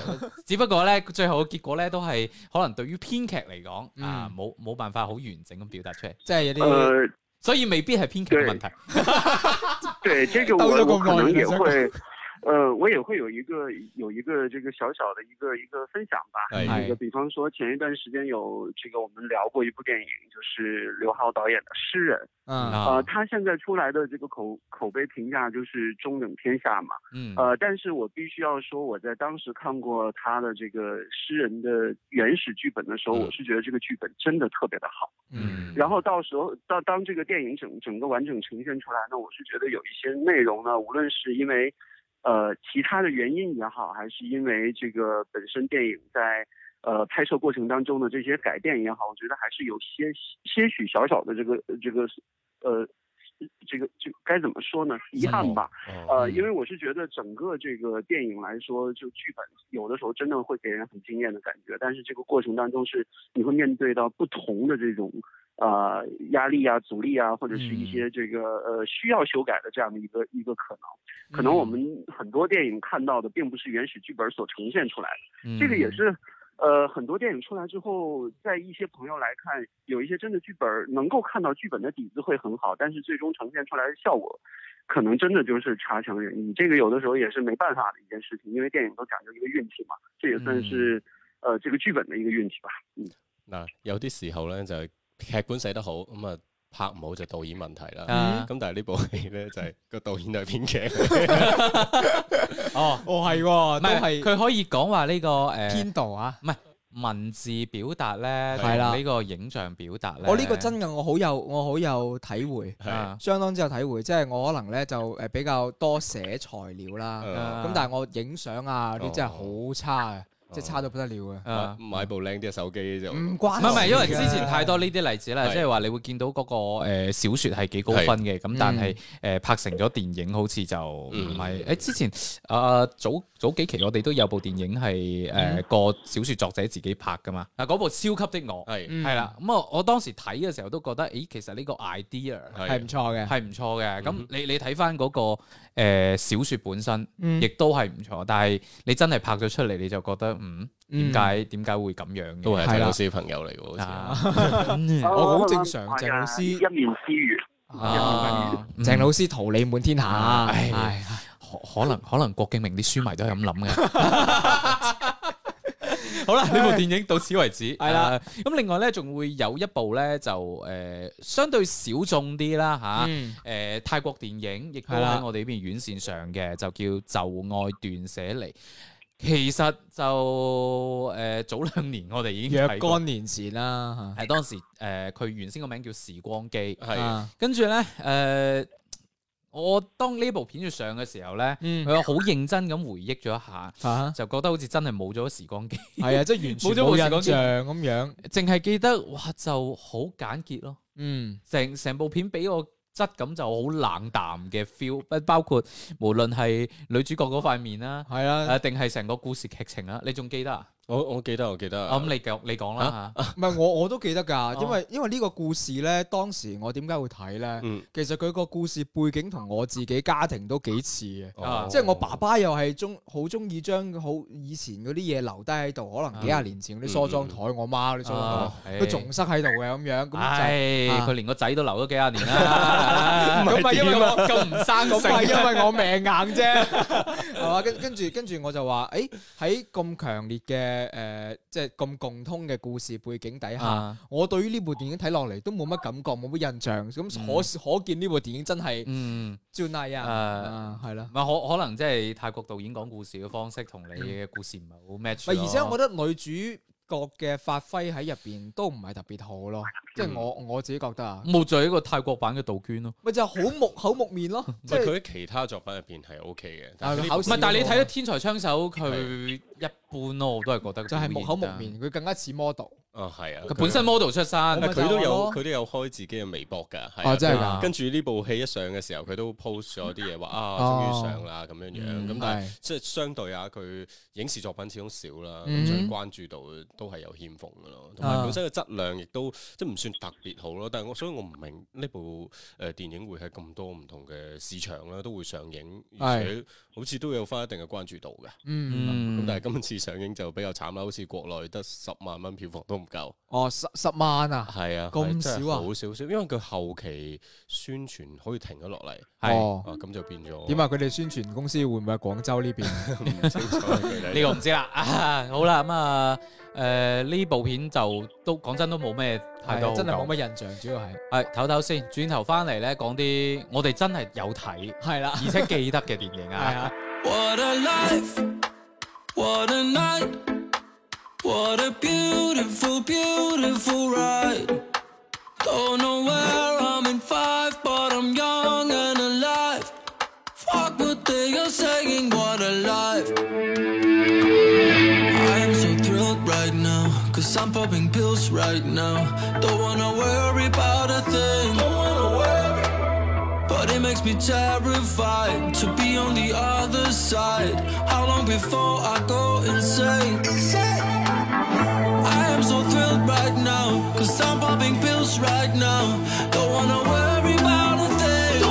Speaker 3: 只不過呢，最後嘅結果呢，都係可能對於編劇嚟講、
Speaker 4: 嗯
Speaker 3: 啊，冇冇辦法好完整咁表達出嚟，
Speaker 4: 即係有啲
Speaker 6: 呃，
Speaker 3: 所以未必係編劇嘅
Speaker 6: 對
Speaker 3: 問題。
Speaker 6: 对，这个我
Speaker 4: 兜了个
Speaker 6: 我可
Speaker 4: 弯
Speaker 6: 能
Speaker 4: 儿
Speaker 6: 也
Speaker 4: 这个
Speaker 6: 会， <laughs> 呃，我也会有一个有一个这个小小的一个一个分享吧。
Speaker 5: 係
Speaker 6: 这个比方说前一段时间有这个我们聊过一部电影，就是刘浩导演的《诗人》
Speaker 4: 嗯
Speaker 6: 呃，
Speaker 3: 啊，
Speaker 6: 他现在出来的这个口口碑评价就是中等偏下嘛。
Speaker 3: 嗯，
Speaker 6: 呃，但是我必须要说，我在当时看过他的这个《诗人》的原始剧本的时候，
Speaker 3: 嗯
Speaker 6: 我是觉得这个剧本真的特别的好。
Speaker 4: 嗯
Speaker 6: 然后到时候，到当这个电影整整个完整呈现出来呢，我是觉得有一些内容呢，无论是因为呃其他的原因也好，还是因为这个本身电影在呃拍摄过程当中的这些改变也好，我觉得还是有些些许小小的这个这个呃这个这个该怎么说呢？遗憾吧。
Speaker 3: 嗯
Speaker 4: 哦
Speaker 6: 呃，因为我是觉得整个这个电影来说，就剧本有的时候真的会给人很惊艳的感觉，但是这个过程当中是你会面对到不同的这种呃压力啊、阻力啊，或者是一些这个呃需要修改的这样的一个一个可能。可能我们很多电影看到的并不是原始剧本所呈现出来的。
Speaker 4: 嗯
Speaker 6: 这个也是，呃，很多电影出来之后，在一些朋友来看，有一些真的剧本儿能够看到剧本的底子会很好，但是最终呈现出来的效果，可能真的就是差强人意。这个有的时候也是没办法的一件事情，因为电影都讲究一个运气嘛，这也
Speaker 4: 嗯
Speaker 6: 算是、呃这个剧本的一个运气吧。嗯，
Speaker 5: 嗱，有啲時候咧就係劇本寫得好，咁啊拍唔好就導演問題啦。
Speaker 4: 嗯
Speaker 3: 啊
Speaker 5: 咁但係呢部戲咧就係個導演係編劇，
Speaker 3: 哦，
Speaker 4: 哦係喎，
Speaker 3: 唔
Speaker 4: 都
Speaker 3: 係
Speaker 4: 係
Speaker 3: 佢可以講話呢個誒。
Speaker 4: 編導啊。
Speaker 3: 文字表達咧，
Speaker 5: 係
Speaker 4: 啦
Speaker 3: 同呢個影像表達咧，
Speaker 4: 我哦呢個真嘅，我好有我好有體會，
Speaker 5: 係
Speaker 3: 啊
Speaker 4: 相當之有體會。即係我可能咧就
Speaker 3: 嗯
Speaker 4: 誒比較多寫材料
Speaker 3: 啊
Speaker 4: 啦，
Speaker 5: 嗯
Speaker 4: 咁但係我影相啊嗰啲真係
Speaker 5: 哦
Speaker 4: 好差嘅，即係差到不得了嘅。
Speaker 3: 啊
Speaker 5: 買買部靚啲嘅手機就
Speaker 4: 唔關
Speaker 3: 唔
Speaker 4: 事
Speaker 3: 係唔係，因為
Speaker 4: 嘅
Speaker 3: 之前太多呢啲例子啦，
Speaker 5: 係
Speaker 3: 即係話你會見到嗰個誒小説係幾高分嘅，咁但係誒拍成咗電影好似就唔係誒之前啊早早幾期我哋都有部電影係誒個小説作者自己拍噶嘛，嗱嗰部《超級的我》
Speaker 5: 係
Speaker 4: 嗯
Speaker 3: 係啦，咁我我當時睇嘅時候都覺得，咦其實呢個 idea
Speaker 4: 係唔
Speaker 5: 係
Speaker 4: 錯嘅。
Speaker 3: 係唔錯嘅，咁
Speaker 5: 嗯哼
Speaker 3: 你你睇翻嗰個誒小説本身。
Speaker 4: 嗯
Speaker 3: 亦都係唔錯，但係你真係拍咗出嚟，你就覺得嗯，點解點解會咁樣嘅？
Speaker 5: 都係
Speaker 4: 係
Speaker 5: 陳
Speaker 4: 啦
Speaker 5: 老師朋友嚟嘅，好似
Speaker 3: 啊 <laughs>
Speaker 4: 嗯我好
Speaker 6: 哦
Speaker 4: 正常啊
Speaker 6: 哎
Speaker 4: 鄭老
Speaker 6: 呀
Speaker 4: 師
Speaker 6: 一面之緣。
Speaker 3: 啊，嗯
Speaker 4: 鄭老師桃李滿天下，
Speaker 3: 啊唉
Speaker 4: 唉
Speaker 3: 可可能可能郭敬明啲書迷都係咁諗嘅。 <laughs> 好啦，呢部電影到此為止。
Speaker 4: 係啦
Speaker 3: 啊，咁另外咧，仲會有一部咧就誒相對小眾啲啦嚇。
Speaker 4: 嗯
Speaker 3: 誒、泰國電影亦都
Speaker 4: 係啦
Speaker 3: 喺我哋呢邊院線上嘅，就叫《就愛斷捨離》。其實就誒、呃早兩年我哋已經
Speaker 4: 若
Speaker 3: 睇過
Speaker 4: 干年前啦
Speaker 3: 係當時誒呃佢、原先個名叫時光機，
Speaker 4: 嚇，
Speaker 5: 係
Speaker 4: 啊
Speaker 3: 跟住咧誒，我當呢部片要上嘅時候咧，
Speaker 4: 嗯
Speaker 3: 佢好認真咁回憶咗一下，
Speaker 4: 嚇
Speaker 3: 就覺得好似真係冇咗時光機， <laughs>
Speaker 4: 係啊，即係完全
Speaker 3: 冇咗部
Speaker 4: 冇
Speaker 3: 時光
Speaker 4: 印
Speaker 3: 機
Speaker 4: 象咁樣。
Speaker 3: 淨係記得哇就好簡潔咯，
Speaker 4: 嗯
Speaker 3: 成成部片俾我。質感就好冷淡嘅 feel，不包括無論係女主角嗰塊面啦，啊
Speaker 4: 係啦，
Speaker 3: 誒定係成個故事劇情啦，你仲記得啊？
Speaker 5: 我我記得我記得，
Speaker 3: 啊咁你講你講啦嚇，
Speaker 4: 唔係我 <laughs> 我都記得
Speaker 3: 哦
Speaker 4: 㗎，因為因為呢個故事咧，當時我點解會睇咧？
Speaker 5: 嗯，
Speaker 4: 其實佢個故事背景同我自己家庭都幾似嘅。
Speaker 5: 哦
Speaker 3: 啊
Speaker 4: 即係我爸爸又係中好中意將好以前嗰啲嘢留低喺度，可能幾
Speaker 3: 嗯
Speaker 4: 廿年前嗰啲梳妝台，我媽嗰啲梳妝
Speaker 3: 啊
Speaker 4: 台，佢仲塞喺度嘅咁樣，咁
Speaker 3: 唉，
Speaker 4: 啊
Speaker 3: 佢連個仔都留咗幾廿年
Speaker 4: <laughs>
Speaker 3: 啦，
Speaker 4: 咁咪因為
Speaker 3: 我咁唔生
Speaker 4: 就咁係
Speaker 3: 性，
Speaker 4: 因為我命硬啫， <laughs> 係嘛？跟跟住跟住我就話，誒喺咁強烈嘅誒，即係咁共通嘅故事背景底下，
Speaker 3: 啊
Speaker 4: 我對於呢部電影睇落嚟都冇乜感覺，冇乜印象。咁可可見呢部電影真係
Speaker 3: 嗯
Speaker 4: 照例
Speaker 3: 誒，
Speaker 4: 啊，
Speaker 3: 唔
Speaker 4: 啊係啦。
Speaker 3: 係可可能即係泰國導演講故事嘅方式同你嘅故事唔係好 match
Speaker 4: 嗯咪而且我覺
Speaker 3: 覺
Speaker 4: 得女主角嘅發揮喺入邊都唔係特別好咯，即係我我自己覺得啊，
Speaker 3: 冇做一個泰國版嘅杜娟咯，
Speaker 4: 咪就係好木口木面咯，
Speaker 5: 唔
Speaker 4: 即
Speaker 5: 係
Speaker 4: 係
Speaker 5: 佢喺其他作品入邊係 O K 嘅，
Speaker 4: 但
Speaker 5: 但
Speaker 4: 係佢
Speaker 5: 係呢
Speaker 4: 考
Speaker 3: 唔
Speaker 5: 部
Speaker 4: 試
Speaker 3: 係，但係你睇咗《天才槍手》，佢一般咯，我都係覺得
Speaker 4: 就係
Speaker 3: 係
Speaker 4: 木口木面，佢更加似 model。
Speaker 5: 啊係啊，
Speaker 3: 佢本身 model 出身，
Speaker 4: 咪
Speaker 5: 佢都
Speaker 4: 就係
Speaker 5: 有
Speaker 4: 咯
Speaker 5: 佢都有開自己嘅微博㗎，係
Speaker 4: 哦真係
Speaker 5: 佢
Speaker 3: 㗎
Speaker 5: 跟住呢部戲一上嘅時候，佢都 post 咗啲嘢話啊，終
Speaker 4: 哦
Speaker 5: 於上啦咁樣樣。
Speaker 3: 嗯
Speaker 5: 咁但係
Speaker 4: 係
Speaker 5: 即係相對啊，佢影視作品始終少啦，
Speaker 4: 嗯
Speaker 5: 咁所以關注度都係有欠奉㗎咯。同
Speaker 4: 啊
Speaker 5: 埋本身嘅質量亦都即係唔算特別好咯。但係我所以我唔明呢部誒電影會喺咁多唔同嘅市場啦，都會上映，而且好似都有翻一定嘅關注度嘅。
Speaker 4: 嗯，
Speaker 5: 咁
Speaker 3: 嗯，
Speaker 5: 但係今次上映就比較慘啦，好似國內得十萬蚊票房都唔夠。
Speaker 4: 哦十十萬啊，
Speaker 5: 係啊，
Speaker 4: 咁
Speaker 5: 係真係
Speaker 4: 少啊
Speaker 5: 好少少，因為佢後期宣傳可以停咗落嚟，
Speaker 3: 係
Speaker 4: 哦
Speaker 5: 啊咁就變咗
Speaker 4: 點啊？？佢哋宣傳公司會唔會喺廣州呢邊？
Speaker 5: <laughs> 唔清楚啊具體
Speaker 3: 呢個唔知啦。 <laughs> 啊，好啦，咁啊，誒呢部片就都講真都冇咩太
Speaker 4: 係
Speaker 3: 多
Speaker 4: 啊真係
Speaker 3: 咩。
Speaker 4: 冇乜印象，主要係
Speaker 3: 係唞唞先，轉頭翻嚟咧講啲我哋真係有睇，
Speaker 4: 係啦，
Speaker 3: 而且記得嘅電影
Speaker 4: <laughs> 係
Speaker 3: 啊。
Speaker 4: 啊，
Speaker 2: What a life, what a night, what a beautiful, beautiful ride. Don't know where I'm in five, but I'm young and alive. Fuck what they are saying, what a life. I am so thrilled right now, cause I'm popping pills right now. Don't wanna worry about a thing. Don't wanna worry. But it makes me terrified to be on the other side. How long before I go insane? I am so thrilled right now, cause I'm popping pills right now. Don't wanna worry about a thing.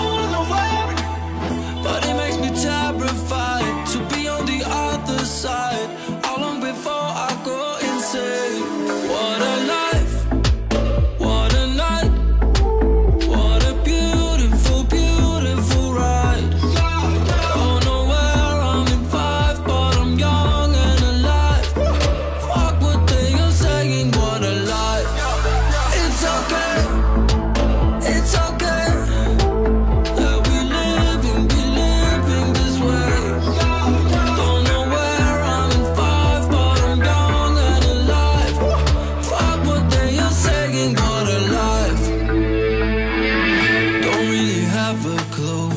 Speaker 2: But it makes me terrified to be on the other side. How long before I go insane? What a life, what a night. What a beautiful, beautiful ride. Don't know where I'm in five, but I'm young and alive. Fuck what they are saying, what a life. It's okay, it's okay. That we living, we living this way. Don't know where I'm in five, but I'm young and alive. Fuck what they are saying, what a life. Don't really have a clue.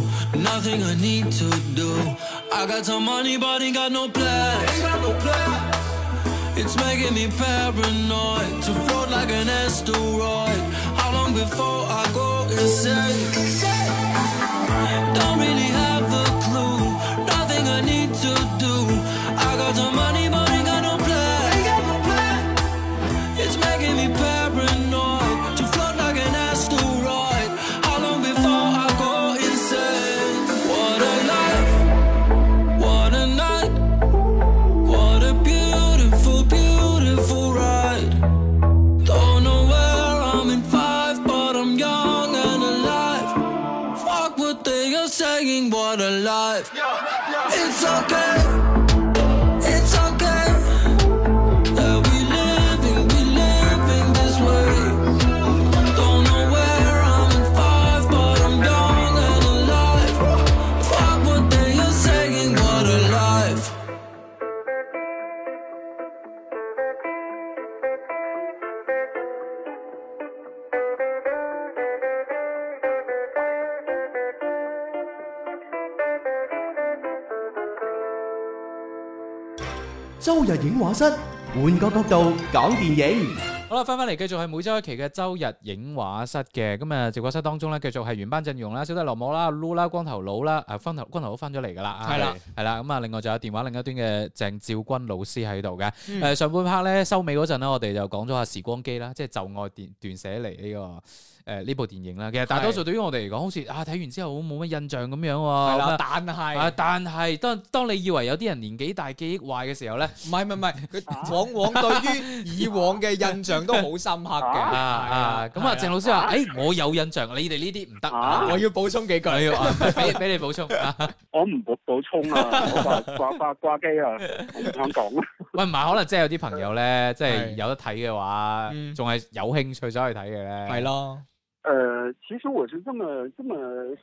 Speaker 2: Nothing I need to do. I got some money, but ain't got no plans. It's making me paranoid to float like an asteroid. How long before I go insane? Don't really have a clue. Nothing I need to do. I got some money, but ain't got no plans. It's making me paranoid to float like an asteroid. How long before I go insane? What a life, what a night, what a beautiful, beautiful ride. Don't know where I'm in five, but I'm young and alive. Fuck what they are saying, what a life. It's okay, it's okay. That we living, we living this way. Don't know where I'm in five, but I'm young and alive. Fuck what they are saying, what a life.
Speaker 7: Châu Nhật Ảnh Hóa Thất, 換個角度講電影。
Speaker 3: 好啦，翻翻嚟繼續係每周一期嘅周日影畫室嘅，咁啊直播室當中咧，繼續係原班陣容啦，小弟羅姆啦、Lu 啦、光頭佬啦，啊光頭光頭佬翻咗嚟噶啦，
Speaker 4: 嗯係啦
Speaker 3: 係啦，咁啊另外就有電話另一端嘅鄭照君老師喺度嘅，
Speaker 4: 嗯
Speaker 3: 誒上半 part 咧收尾嗰陣咧，我哋就講咗下時光機啦，即係就愛電斷捨離呢個誒呢部電影啦。其實大多數對於我哋嚟講，好似啊睇完之後好冇乜印象咁樣喎。
Speaker 4: 係
Speaker 3: 咁
Speaker 4: 啦
Speaker 3: 啊，
Speaker 4: 但
Speaker 3: 啊！
Speaker 4: 係
Speaker 3: 但係當當你以為有啲人年紀大記憶壞嘅時候咧，
Speaker 4: 唔係唔係唔係，佢往往對於以往嘅印象都好深刻嘅。
Speaker 3: 啊啊咁啊，鄭老師話：，誒，我有印象，你哋呢啲唔得啊！
Speaker 4: 我要補充幾句。
Speaker 3: 我要啊俾俾你補充啊！
Speaker 6: <laughs> 我唔補補充啊，我話掛掛掛機啊，我唔想講啦。
Speaker 3: 喂，唔係可能真係有啲朋友咧，即係
Speaker 4: 係
Speaker 3: 有得睇嘅話，
Speaker 4: 嗯
Speaker 3: 仲係有興趣走去睇嘅咧。
Speaker 4: 係咯，
Speaker 6: 呃，其实我是这么这么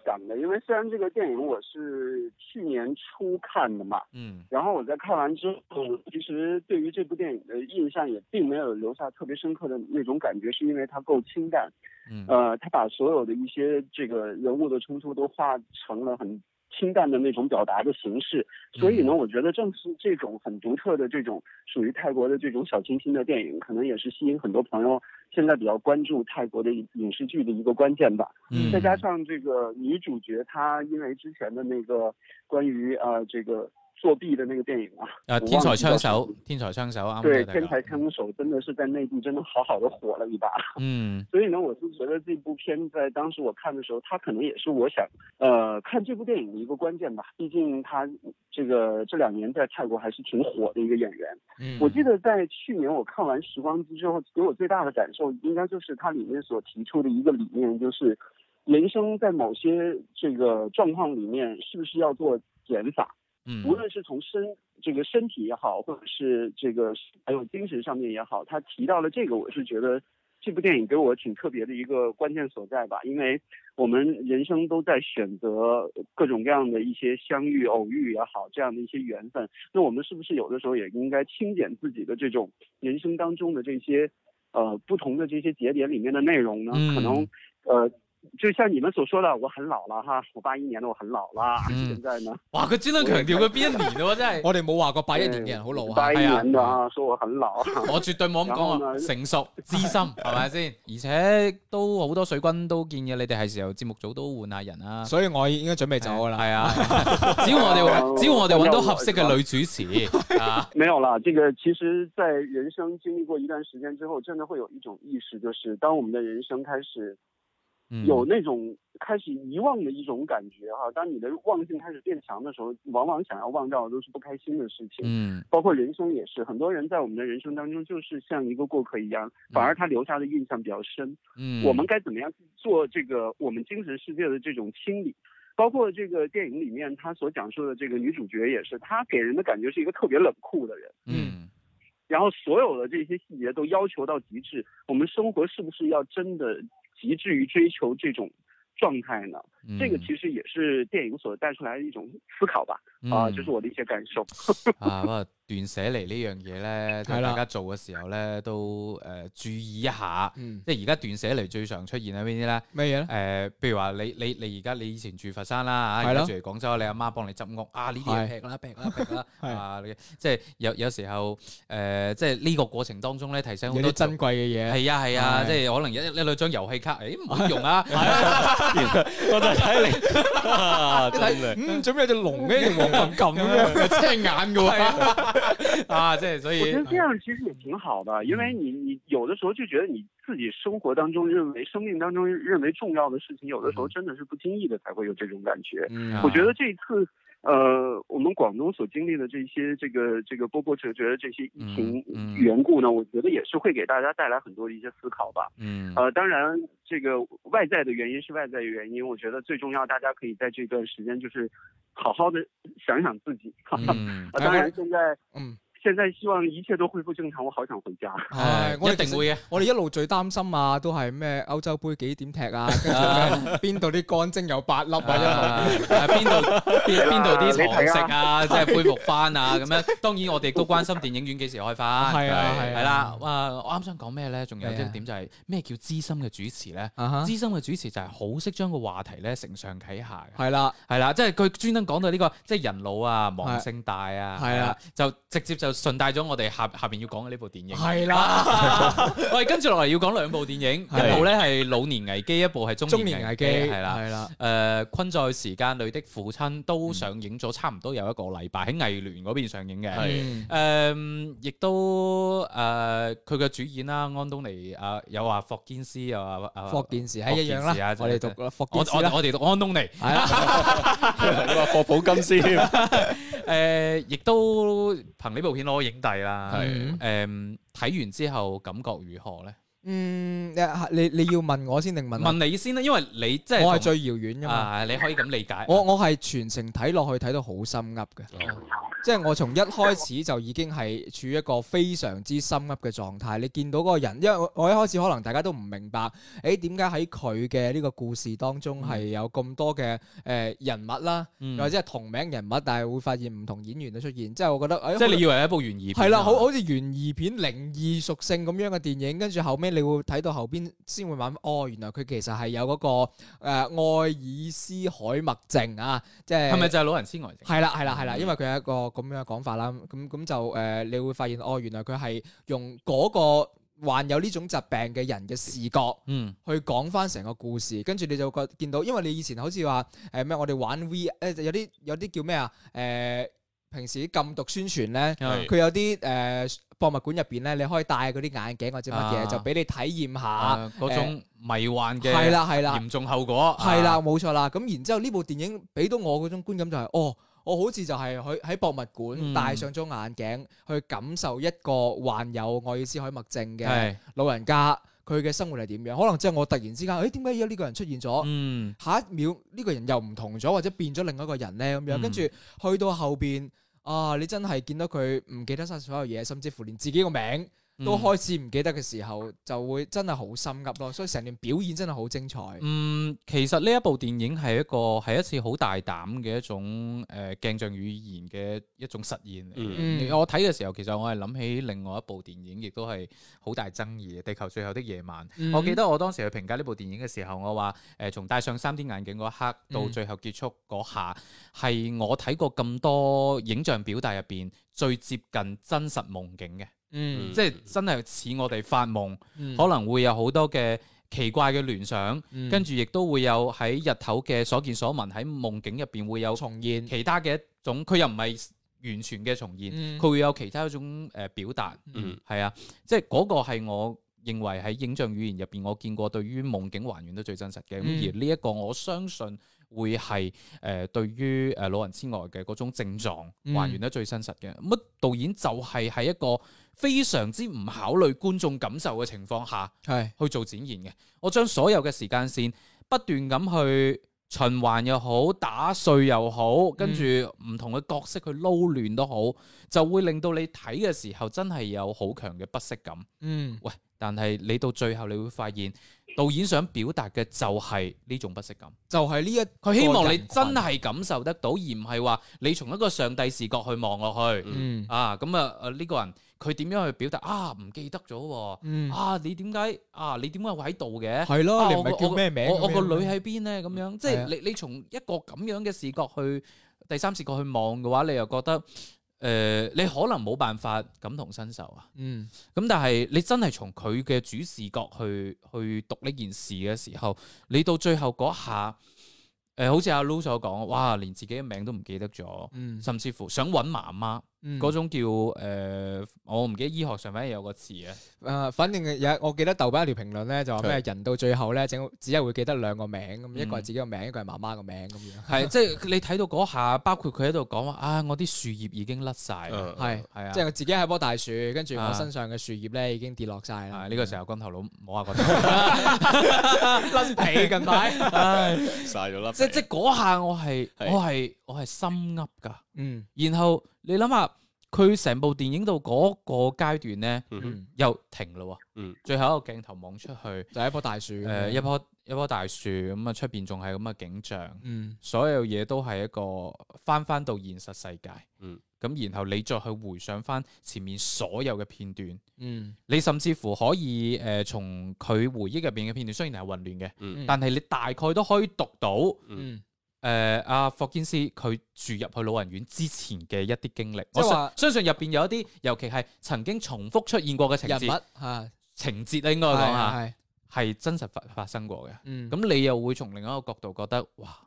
Speaker 6: 想的，因为虽然这个电影我是去年初看的嘛，
Speaker 3: 嗯，
Speaker 6: 然后我在看完之后，其实对于这部电影的印象也并没有留下特别深刻的那种感觉，是因为它够清淡。
Speaker 3: 嗯
Speaker 6: 呃，他把所有的一些这个人物的冲突都化成了很清淡的那种表达的形式，所以呢，我觉得正是这种很独特的这种属于泰国的这种小清新的电影，可能也是吸引很多朋友现在比较关注泰国的影视剧的一个关键吧。
Speaker 3: 嗯，
Speaker 6: 再加上这个女主角她因为之前的那个关于呃这个作弊的那个电影啊，
Speaker 3: 啊，
Speaker 6: 我
Speaker 3: 天才
Speaker 6: 忘记叫
Speaker 3: 槍
Speaker 6: 什么
Speaker 3: 手，天才槍手啱啱
Speaker 6: 啊对
Speaker 3: 睇
Speaker 6: 《
Speaker 3: 到
Speaker 6: 天才枪手》真的是在内地真的好好的火了一把。
Speaker 3: 嗯
Speaker 6: 所以呢，我是觉得这部片在当时我看的时候，它可能也是我想呃看这部电影的一个关键吧。毕竟他这个这两年在泰国还是挺火的一个演员。
Speaker 4: 嗯
Speaker 6: 我记得在去年我看完《时光机》之后，给我最大的感受应该就是它里面所提出的一个理念，就是人生在某些这个状况里面，是不是要做减法？
Speaker 3: 嗯，
Speaker 6: 无论是从身这个身体也好，或者是这个还有精神上面也好，他提到了这个，我是觉得这部电影给我挺特别的一个关键所在吧，因为我们人生都在选择各种各样的一些相遇、偶遇也好，这样的一些缘分。那我们是不是有的时候也应该清点自己的这种人生当中的这些呃不同的这些节点里面的内容呢？
Speaker 3: 嗯
Speaker 6: 可能呃。就像你们所说的，我很老了哈，我八一年的，我很老了。
Speaker 3: 嗯
Speaker 6: 现在呢，
Speaker 3: 哇！佢專登強調佢邊一年啊喎，真係
Speaker 4: 我哋冇話過八一年嘅人好老啊。
Speaker 6: 八一
Speaker 3: 係啊
Speaker 6: 年的啊，说我很老啊。
Speaker 3: <laughs> 我絕對冇咁講
Speaker 6: 有啊
Speaker 3: 啊，成熟資
Speaker 6: <laughs>
Speaker 3: 深係咪先？而且都好多水軍都建議你哋係時候節目組都換下人啊啦。
Speaker 4: 所以我已經準備走㗎啦。
Speaker 3: 嗯係啊，只要我
Speaker 4: <laughs>
Speaker 3: 哋只要我哋揾到合適嘅女主持啊，
Speaker 6: 没有啦，这个其实，在人生经历过一段时间之后，真的会有一种意识，就是当我们的人生开始
Speaker 3: 嗯
Speaker 6: 有那种开始遗忘的一种感觉哈、当你的忘性开始变强的时候，往往想要忘掉的都是不开心的事情。
Speaker 3: 嗯
Speaker 6: 包括人生也是，很多人在我们的人生当中就是像一个过客一样，反而他留下的印象比较深。
Speaker 3: 嗯，
Speaker 6: 我们该怎么样去做这个我们精神世界的这种清理？包括这个电影里面他所讲述的这个女主角也是，她给人的感觉是一个特别冷酷的人。
Speaker 3: 嗯
Speaker 6: 然后所有的这些细节都要求到极致，我们生活是不是要真的极致于追求这种状态呢？
Speaker 3: 嗯
Speaker 6: 这个其实也是电影所带出来的一种思考吧，啊、这是我的一些感受。
Speaker 3: 嗯啊，不過斷捨離呢樣嘢
Speaker 4: <laughs>
Speaker 3: 咧，就
Speaker 4: 係啦
Speaker 3: 大家做嘅時候咧，都誒注意一下。
Speaker 4: <laughs> 嗯，
Speaker 3: 即係而家斷捨離最常出現喺邊啲咧？
Speaker 4: 咩嘢咧？
Speaker 3: 誒，譬如話你你你而家你以前住佛山啦，啊
Speaker 4: 係
Speaker 3: 而
Speaker 4: 咯
Speaker 3: 家住嚟廣州，你阿媽幫你執屋啊，呢啲嘢
Speaker 4: 係
Speaker 3: 劈啦劈啦劈啦
Speaker 4: <laughs> 係
Speaker 3: 啊！你即係有有時候誒，即係呢個過程當中咧，提醒好
Speaker 4: 有
Speaker 3: 多
Speaker 4: 啲珍貴嘅嘢。
Speaker 3: 係啊係啊，
Speaker 4: 係
Speaker 3: 即係可能一一兩張遊戲卡，誒唔好用
Speaker 4: <laughs>
Speaker 3: 啊！
Speaker 5: 啊我就係睇你，啊真係
Speaker 4: <laughs> 嗯，做咩有隻龍嘅一條黃咁咁樣，
Speaker 3: <laughs>
Speaker 4: 青眼嘅喎。
Speaker 3: 啊，即係所
Speaker 6: 我觉
Speaker 3: 以
Speaker 6: 得这样其实也挺好的，因
Speaker 3: 嗯
Speaker 6: 为你你有的时候就觉得你自己生活当中认为生命当中认为重要的事情，有的时候真的是不经意的才会有这种感觉。
Speaker 4: 嗯
Speaker 3: 嗯啊
Speaker 6: 我觉得这一次，呃，我们广东所经历的这些这个这个波波折折的这些疫情
Speaker 3: 嗯嗯
Speaker 6: 缘故呢，我觉得也是会给大家带来很多的一些思考吧。
Speaker 3: 嗯
Speaker 6: 呃，当然，这个外在的原因是外在的原因，我觉得最重要，大家可以在这段时间就是好好的想想自己。哈哈
Speaker 3: 嗯
Speaker 6: 啊， <laughs> 当然现在
Speaker 4: 嗯，
Speaker 6: 现在希望一切都恢复正常，我好想回家。 <laughs>
Speaker 3: 誒一
Speaker 4: 係
Speaker 3: 定。
Speaker 4: 我哋其實
Speaker 3: 會嘅。
Speaker 4: 我哋一路最擔心啊，都係咩歐洲杯幾點踢
Speaker 3: <laughs>
Speaker 4: 啊？跟住咩邊度啲乾蒸有八粒啊？一路
Speaker 3: 啊，邊度
Speaker 4: <laughs>
Speaker 3: 邊邊度啲
Speaker 6: 你睇
Speaker 3: 堂
Speaker 6: 啊
Speaker 3: 食啊，即係恢復翻啊咁樣。當然我哋都關心電影院幾時開翻。
Speaker 4: <laughs> 係啊係啊
Speaker 3: 係啦。哇！我啱想講咩咧？仲有一
Speaker 4: 咩啊
Speaker 3: 點就係咩叫資深嘅主持咧？
Speaker 4: 啊哈，
Speaker 3: 資深嘅主持就係好識將個話題咧承上啟下嘅。
Speaker 4: 係啦，
Speaker 3: 係啦，即係佢專登講到呢個即係人老啊、忘性大啊，
Speaker 4: 係啊
Speaker 3: 係啦，就直接就就順帶咗我哋下下邊要講嘅呢部電影。
Speaker 4: 系啦，
Speaker 3: <laughs> 我哋跟住落嚟要講兩部電影，
Speaker 4: 係
Speaker 3: 一部咧係老年危機，一部係中
Speaker 4: 中
Speaker 3: 年
Speaker 4: 年
Speaker 3: 危
Speaker 4: 危
Speaker 3: 機，
Speaker 4: 機
Speaker 3: 係啦。
Speaker 4: 係嗯啦，
Speaker 3: 誒、昆在時間裏的父親都上映咗差唔多有一個禮拜，喺藝聯嗰邊上映嘅。
Speaker 5: 係
Speaker 4: 嗯
Speaker 3: 誒、亦都誒，佢嘅主演啦，安東尼啊、有話霍堅斯，又話啊，
Speaker 4: 霍電視係一樣
Speaker 3: 霍健士啊
Speaker 4: 啦，我哋讀啦霍
Speaker 3: 我我
Speaker 4: 電視啦，
Speaker 3: 我哋讀安東尼。
Speaker 4: 係啦，
Speaker 5: 你話霍普金斯添，
Speaker 3: 誒、呃亦都憑呢部片攞影帝啦。嗯
Speaker 5: 係
Speaker 3: 誒、睇完之後感覺如何咧？
Speaker 4: 嗯，你你要問我先定問啊？
Speaker 3: 問你先啦，因為你即係
Speaker 4: 我係
Speaker 3: 同
Speaker 4: 最遙遠噶嘛。
Speaker 3: 啊，你可以咁理解。
Speaker 4: <laughs> 我我係全程睇落去睇到好心噏嘅，
Speaker 3: 哦
Speaker 4: 即係我從一開始就已經係處於一個非常之心噏嘅狀態。你見到嗰個人，因為我我一開始可能大家都唔明白，誒點解喺佢嘅呢個故事當中係有咁多嘅誒、呃人物啦，
Speaker 3: 嗯
Speaker 4: 又或者係同名人物，但係會發現唔同演員嘅出現。即係我覺得，哎誒
Speaker 3: 即係你以為係一部懸疑片
Speaker 4: 係啦，好
Speaker 3: 啊
Speaker 4: 好似懸疑片、靈異屬性咁樣嘅電影，跟住後尾你會睇到後邊先會慢慢，哦，原來佢其實係有嗰、個呃愛爾斯海默症啊，即係
Speaker 3: 係咪就嗯係老人痴呆症？
Speaker 4: 係啦係啦係啦，因為佢有一個咁樣嘅講法啦，咁咁就誒、呃你會發現哦，原來佢係用嗰、個患有呢種疾病嘅人嘅視覺。
Speaker 3: 嗯，
Speaker 4: 去講翻成個故事，跟住你就覺見到，因為你以前好似話誒咩，我哋玩 V 誒、有啲有啲叫咩啊誒，平時啲禁毒宣傳咧，
Speaker 5: 係
Speaker 4: 佢有啲誒、呃博物館入邊咧，你可以戴嗰啲眼鏡或者乜嘢，
Speaker 3: 啊
Speaker 4: 就俾你體驗下，
Speaker 3: 啊，嗰種迷幻嘅
Speaker 4: 係啦係啦
Speaker 3: 嚴重後果啊
Speaker 4: 係啦，，冇錯啦。咁然之後呢部電影俾到我嗰種觀感就係、哦。我好似就係去喺博物
Speaker 3: 嗯
Speaker 4: 館戴上咗眼鏡，去感受一個患有愛爾斯海默症
Speaker 3: 啊
Speaker 4: 嘅
Speaker 3: 係
Speaker 4: 老人家佢嘅生活係點樣？可能即係我突然之間，誒點解有呢個人出現咗？
Speaker 3: 嗯
Speaker 4: 下一秒呢個人又唔同咗，或者變咗另外一個人呢。咁
Speaker 3: 嗯
Speaker 4: 樣，跟住去到後邊啊，你真係見到佢唔記得晒所有嘢，甚至乎連自己個名都
Speaker 3: 嗯
Speaker 4: 開始唔記得嘅時候，就會真係好心急咯。所以成段表演真係好精彩。
Speaker 3: 嗯，其實呢一部電影係一個係一次好大膽嘅一種誒鏡像語言嘅一種實驗嚟嘅。
Speaker 5: 嗯
Speaker 4: 嗯
Speaker 3: 我睇嘅時候，其實我係諗起另外一部電影，亦都係好大爭議嘅《地球最後的夜晚》。
Speaker 4: 嗯
Speaker 3: 我記得我當時去評價呢部電影嘅時候，我話誒、呃、從戴上 3D 眼鏡嗰一刻到
Speaker 4: 嗯
Speaker 3: 最後結束嗰下，係、我睇過咁多影像表達入邊最接近真實夢境嘅，
Speaker 4: 嗯
Speaker 5: <laughs>
Speaker 3: 即係真係似我哋發夢，
Speaker 4: 嗯
Speaker 3: 可能會有好多嘅奇怪嘅聯想，
Speaker 4: 嗯
Speaker 3: 跟住亦都會有喺日頭嘅所見所聞喺夢境入邊會有
Speaker 4: 重現
Speaker 3: 其他嘅一種，佢又唔係完全嘅重現，
Speaker 4: 嗯
Speaker 3: 佢、會有其他一種誒、呃表達。
Speaker 5: 嗯
Speaker 3: 係啊，即係嗰個係我認為喺影像語言入邊，我見過對於夢境還原都最真實嘅。咁、
Speaker 4: 嗯
Speaker 3: 而呢一個我相信會係誒、呃、對於誒老人痴呆嘅嗰種症狀
Speaker 4: 嗯
Speaker 3: 還原得最真實嘅。咁、啊導演就係喺一個非常之唔考慮觀眾感受嘅情況下
Speaker 4: 係
Speaker 3: 去做展現嘅。我將所有嘅時間線不斷咁去。循環又好，打碎又
Speaker 4: 嗯
Speaker 3: 好，跟住唔同嘅角色去撈亂都好，就會令到你睇嘅時候真係有好強嘅不適感。
Speaker 4: 嗯
Speaker 3: 喂，但係你到最後你會發現，導演想表達嘅就係呢種不適感。
Speaker 4: 就係呢一個
Speaker 3: 佢希望你
Speaker 4: 人群
Speaker 3: 真係感受得到，而唔係話你從一個上帝視角去望落去。
Speaker 4: 嗯
Speaker 3: 啊，咁啊，誒呢個人佢點樣去表達啊？唔記得咗喎。
Speaker 4: 嗯
Speaker 3: 啊！你點解啊？你點解會喺度嘅？
Speaker 4: 係咯
Speaker 3: 啊
Speaker 4: 你
Speaker 3: 我
Speaker 4: 唔係
Speaker 3: 個
Speaker 4: 叫
Speaker 3: 我
Speaker 4: 咩名
Speaker 3: 我我
Speaker 4: 咁
Speaker 3: 個
Speaker 4: 樣
Speaker 3: 女喺邊呢？咁樣即
Speaker 4: 係
Speaker 3: 係
Speaker 4: 啊
Speaker 3: 你你從一個咁樣嘅視角去第三視角去望嘅話，你又覺得誒、呃你可能冇辦法感同身受啊。
Speaker 4: 嗯
Speaker 3: 咁但係你真係從佢嘅主視角去去讀呢件事嘅時候，你到最後嗰下，誒、好似阿 Loo 所講，哇，連自己嘅名都唔記得咗，
Speaker 4: 嗯
Speaker 3: 甚至乎想揾媽媽
Speaker 4: 嗯
Speaker 3: 嗰種叫誒、呃我唔記得醫學上反而有個詞啊，
Speaker 4: 誒，反正有我記得豆瓣一條評論咧，就話咩人到最後咧，整只係會記得兩個名
Speaker 3: 嗯
Speaker 4: 咁，一個係自己個名，一個係媽媽個名咁樣。
Speaker 5: 嗯
Speaker 3: 係即係你睇到嗰下，包括佢喺度講話啊，我啲樹葉已經甩晒啦，
Speaker 5: 嗯
Speaker 4: 係
Speaker 3: 係啊，
Speaker 4: 即係我自己係棵大樹，跟住
Speaker 3: 啊
Speaker 4: 我身上嘅樹葉咧已經跌落晒
Speaker 3: 啊
Speaker 4: 啦。
Speaker 3: 呢個時候軍頭佬摸下個頭，
Speaker 4: 嗯甩皮近排，
Speaker 3: 唉
Speaker 5: 曬咗粒
Speaker 3: 即
Speaker 5: 皮，
Speaker 3: 即嗰下我係
Speaker 5: 係
Speaker 3: 我係我係心噏㗎。
Speaker 4: 嗯
Speaker 3: 然後你諗下，佢成部電影到嗰個階段呢，
Speaker 5: 嗯哼
Speaker 4: 嗯，
Speaker 3: 又停嘞喎。
Speaker 5: 嗯，
Speaker 3: 最後一個鏡頭望出去，誒、
Speaker 4: 就係一棵大樹咁樣。
Speaker 3: 一棵一棵大樹咁啊，出邊仲係咁嘅景象，
Speaker 4: 嗯
Speaker 3: 所有嘢都係一個翻翻到現實世界。
Speaker 5: 嗯，
Speaker 3: 咁然後你再去回想翻前面所有嘅片段，
Speaker 4: 嗯
Speaker 3: 你甚至乎可以誒、呃、從佢回憶入邊嘅片段，雖然係混亂嘅，
Speaker 5: 嗯
Speaker 3: 但係你大概都可以讀到。
Speaker 4: 嗯
Speaker 3: 誒阿霍堅斯佢住入去老人院之前嘅一啲經歷，
Speaker 4: 即
Speaker 3: 我
Speaker 4: 係話
Speaker 3: 相相信入邊有一啲，尤其係曾經重複出現過嘅情
Speaker 4: 人物
Speaker 3: 節，
Speaker 4: 嚇，
Speaker 3: 情節咧應該
Speaker 4: 係
Speaker 3: 講
Speaker 4: 係
Speaker 3: 下
Speaker 4: 係
Speaker 3: 係真實發發生過嘅。
Speaker 4: 嗯
Speaker 3: 咁你又會從另一個角度覺得，哇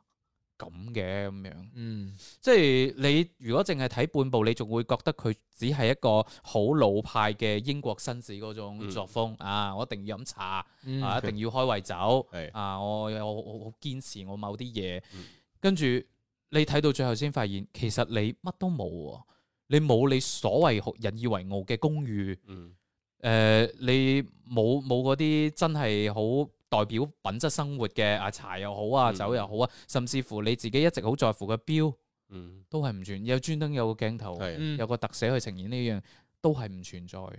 Speaker 3: 咁嘅咁樣，
Speaker 4: 嗯
Speaker 3: 即係你如果淨係睇半部，你仲會覺得佢只係一個好老派嘅英國紳士嗰種
Speaker 5: 嗯
Speaker 3: 作風、啊！我一定要飲茶，
Speaker 4: 嗯
Speaker 5: <laughs>
Speaker 3: 啊一定要開胃酒，
Speaker 5: 係
Speaker 3: 啊我有我我好堅持我某啲嘢
Speaker 5: 嗯，
Speaker 3: 跟住你睇到最後先發現，其實你乜都冇喎，你冇你所謂引以為傲嘅公寓。
Speaker 5: 嗯
Speaker 3: 誒、呃你冇冇嗰啲真係好代表品質生活嘅啊茶又好啊
Speaker 5: 嗯
Speaker 3: 酒又好啊，甚至乎你自己一直好在乎嘅錶
Speaker 5: 嗯，
Speaker 3: 都係唔存，有專登有個鏡頭，
Speaker 5: 係
Speaker 4: 嗯
Speaker 3: 有個特寫去呈現呢樣都係唔存在嘅。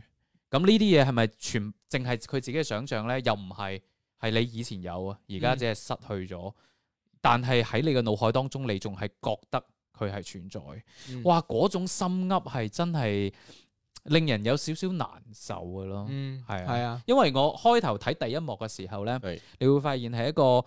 Speaker 3: 咁呢啲嘢係咪全淨係佢自己嘅想像呢？又唔係係你以前有啊，而家
Speaker 4: 嗯
Speaker 3: 只係失去咗，但係喺你嘅腦海當中，你仲係覺得佢係存在。
Speaker 4: 嗯
Speaker 3: 哇！嗰種心噏係真係令人有少少難受嘅咯。
Speaker 4: 嗯
Speaker 3: 係啊
Speaker 4: 係啊
Speaker 3: 因為我開頭睇第一幕嘅時候咧
Speaker 5: 係，
Speaker 3: 你會發現係一個誒、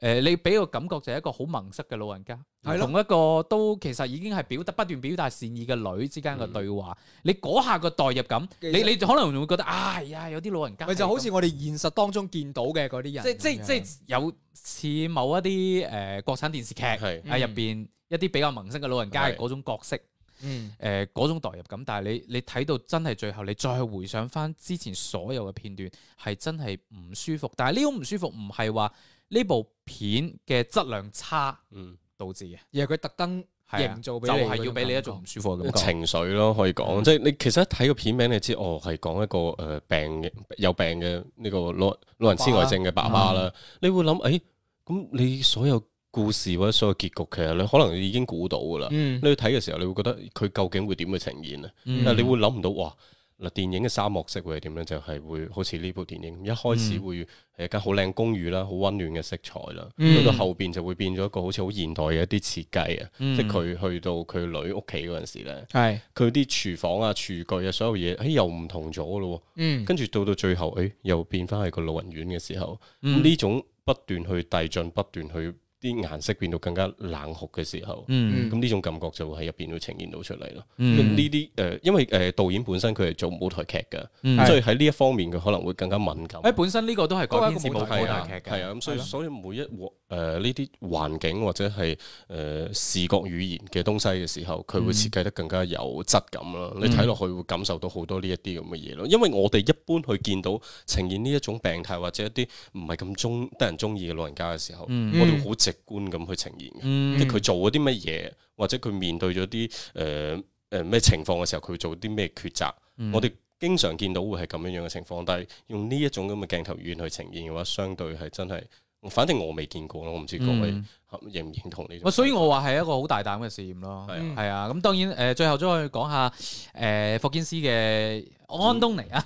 Speaker 3: 呃你俾個感覺就係一個好萌塞嘅老人家，
Speaker 4: 係咯
Speaker 3: 同一個都其實已經係表達不斷表達善意嘅女之間嘅對話，你嗰下個代入感，
Speaker 4: 其
Speaker 3: 你
Speaker 4: 實
Speaker 3: 你可能會覺得啊，係啊，有啲老人家
Speaker 4: 咪就好
Speaker 3: 係
Speaker 4: 似我哋現實當中見到嘅嗰啲人
Speaker 3: 咁即
Speaker 4: 咁樣，
Speaker 3: 即即有似某一啲誒、呃、國產電視劇
Speaker 5: 係
Speaker 3: 喺入邊一啲比較萌塞嘅老人家嘅
Speaker 5: 係
Speaker 3: 嗰種角色。
Speaker 4: 嗯
Speaker 3: 誒呃嗰、種代入感，但係你你睇到真係最後，你再回想翻之前所有嘅片段，係真係唔舒服。但係呢種唔舒服唔係話呢部片嘅質量差
Speaker 5: 嗯
Speaker 3: 導致嘅，
Speaker 4: 而係佢特登
Speaker 3: 係啊
Speaker 4: 營造俾
Speaker 3: 就
Speaker 4: 你
Speaker 3: 係要俾你一
Speaker 4: 嗰
Speaker 3: 種
Speaker 4: 種
Speaker 3: 唔舒服嘅啊感覺。嗯
Speaker 5: 情緒咯，可以講，即係你其實一睇個片名，你知哦係講一個誒、呃病嘅有病嘅呢個老老人痴呆症嘅爸爸
Speaker 3: 嗯
Speaker 5: 啦，你會諗誒咁你所有故事或者所有結局，其實你可能已經估到噶啦。
Speaker 4: 嗯
Speaker 5: 你去睇嘅時候，你會覺得佢究竟會點去呈現咧？
Speaker 3: 嗯
Speaker 5: 但係你會諗唔到，哇！嗱，電影嘅沙漠式會係點咧？就係、會好似呢部電影一開始
Speaker 3: 嗯
Speaker 5: 會係一間好靚公寓啦，好温暖嘅色彩啦，
Speaker 4: 嗯
Speaker 5: 到到後邊就會變咗一個好似好現代嘅一啲設計啊，
Speaker 3: 嗯
Speaker 5: 即係佢去到佢女屋企嗰陣時咧，
Speaker 4: 係
Speaker 5: 佢啲廚房啊、廚具啊、所有嘢，誒、又唔同咗咯喎。
Speaker 4: 嗯
Speaker 5: 跟住到到最後，誒、哎又變翻係個老人院嘅時候，
Speaker 3: 嗯
Speaker 5: 呢、種不斷去遞進、不斷去啲顏色變到更加冷酷嘅時候，
Speaker 3: 嗯
Speaker 5: 咁呢、種感覺就會喺入邊會呈現到出嚟咯。咁
Speaker 3: 嗯
Speaker 5: 呢啲誒，因為誒、呃、導演本身佢係做舞台劇㗎，
Speaker 3: 嗯
Speaker 5: 咁所以喺呢一方面佢可能會更加敏感。
Speaker 3: 誒本身呢個都係改
Speaker 4: 都係
Speaker 3: 編
Speaker 4: 一個
Speaker 3: 自舞
Speaker 4: 舞台
Speaker 3: 舞
Speaker 5: 係
Speaker 3: 台
Speaker 5: 啊，
Speaker 3: 劇嘅，
Speaker 5: 係啊，咁所以
Speaker 3: 係咯
Speaker 5: 所以每一鑊誒呢啲環境或者係誒、呃、視覺語言嘅東西嘅時候，佢會設計得更加有質感啦。你睇落去會感受到好多呢一啲咁嘅嘢咯。因為我哋一般去見到呈現呢一種病態或者一啲唔係咁中得人中意嘅老人家嘅時候，
Speaker 3: 嗯
Speaker 5: 我哋會好直觀咁去呈現嘅。
Speaker 3: 嗯
Speaker 5: 即係佢做咗啲乜嘢，或者佢面對咗啲誒誒咩情況嘅時候，佢會做啲咩抉擇。
Speaker 3: 嗯
Speaker 5: 我哋經常見到會係咁樣樣嘅情況，但係用呢一種咁嘅鏡頭語言去呈現嘅話，相對係真係，反正我未見過咯，我唔知各位
Speaker 3: 嗯
Speaker 5: 合認唔認同呢
Speaker 3: 喂
Speaker 5: 種。
Speaker 3: 所以我話係一個好大膽嘅試驗咯。
Speaker 5: 係
Speaker 4: 嗯
Speaker 5: 啊
Speaker 3: 係啊，咁當然誒、呃最後再講下誒、呃霍堅斯嘅安東
Speaker 5: <laughs>
Speaker 3: 尼啊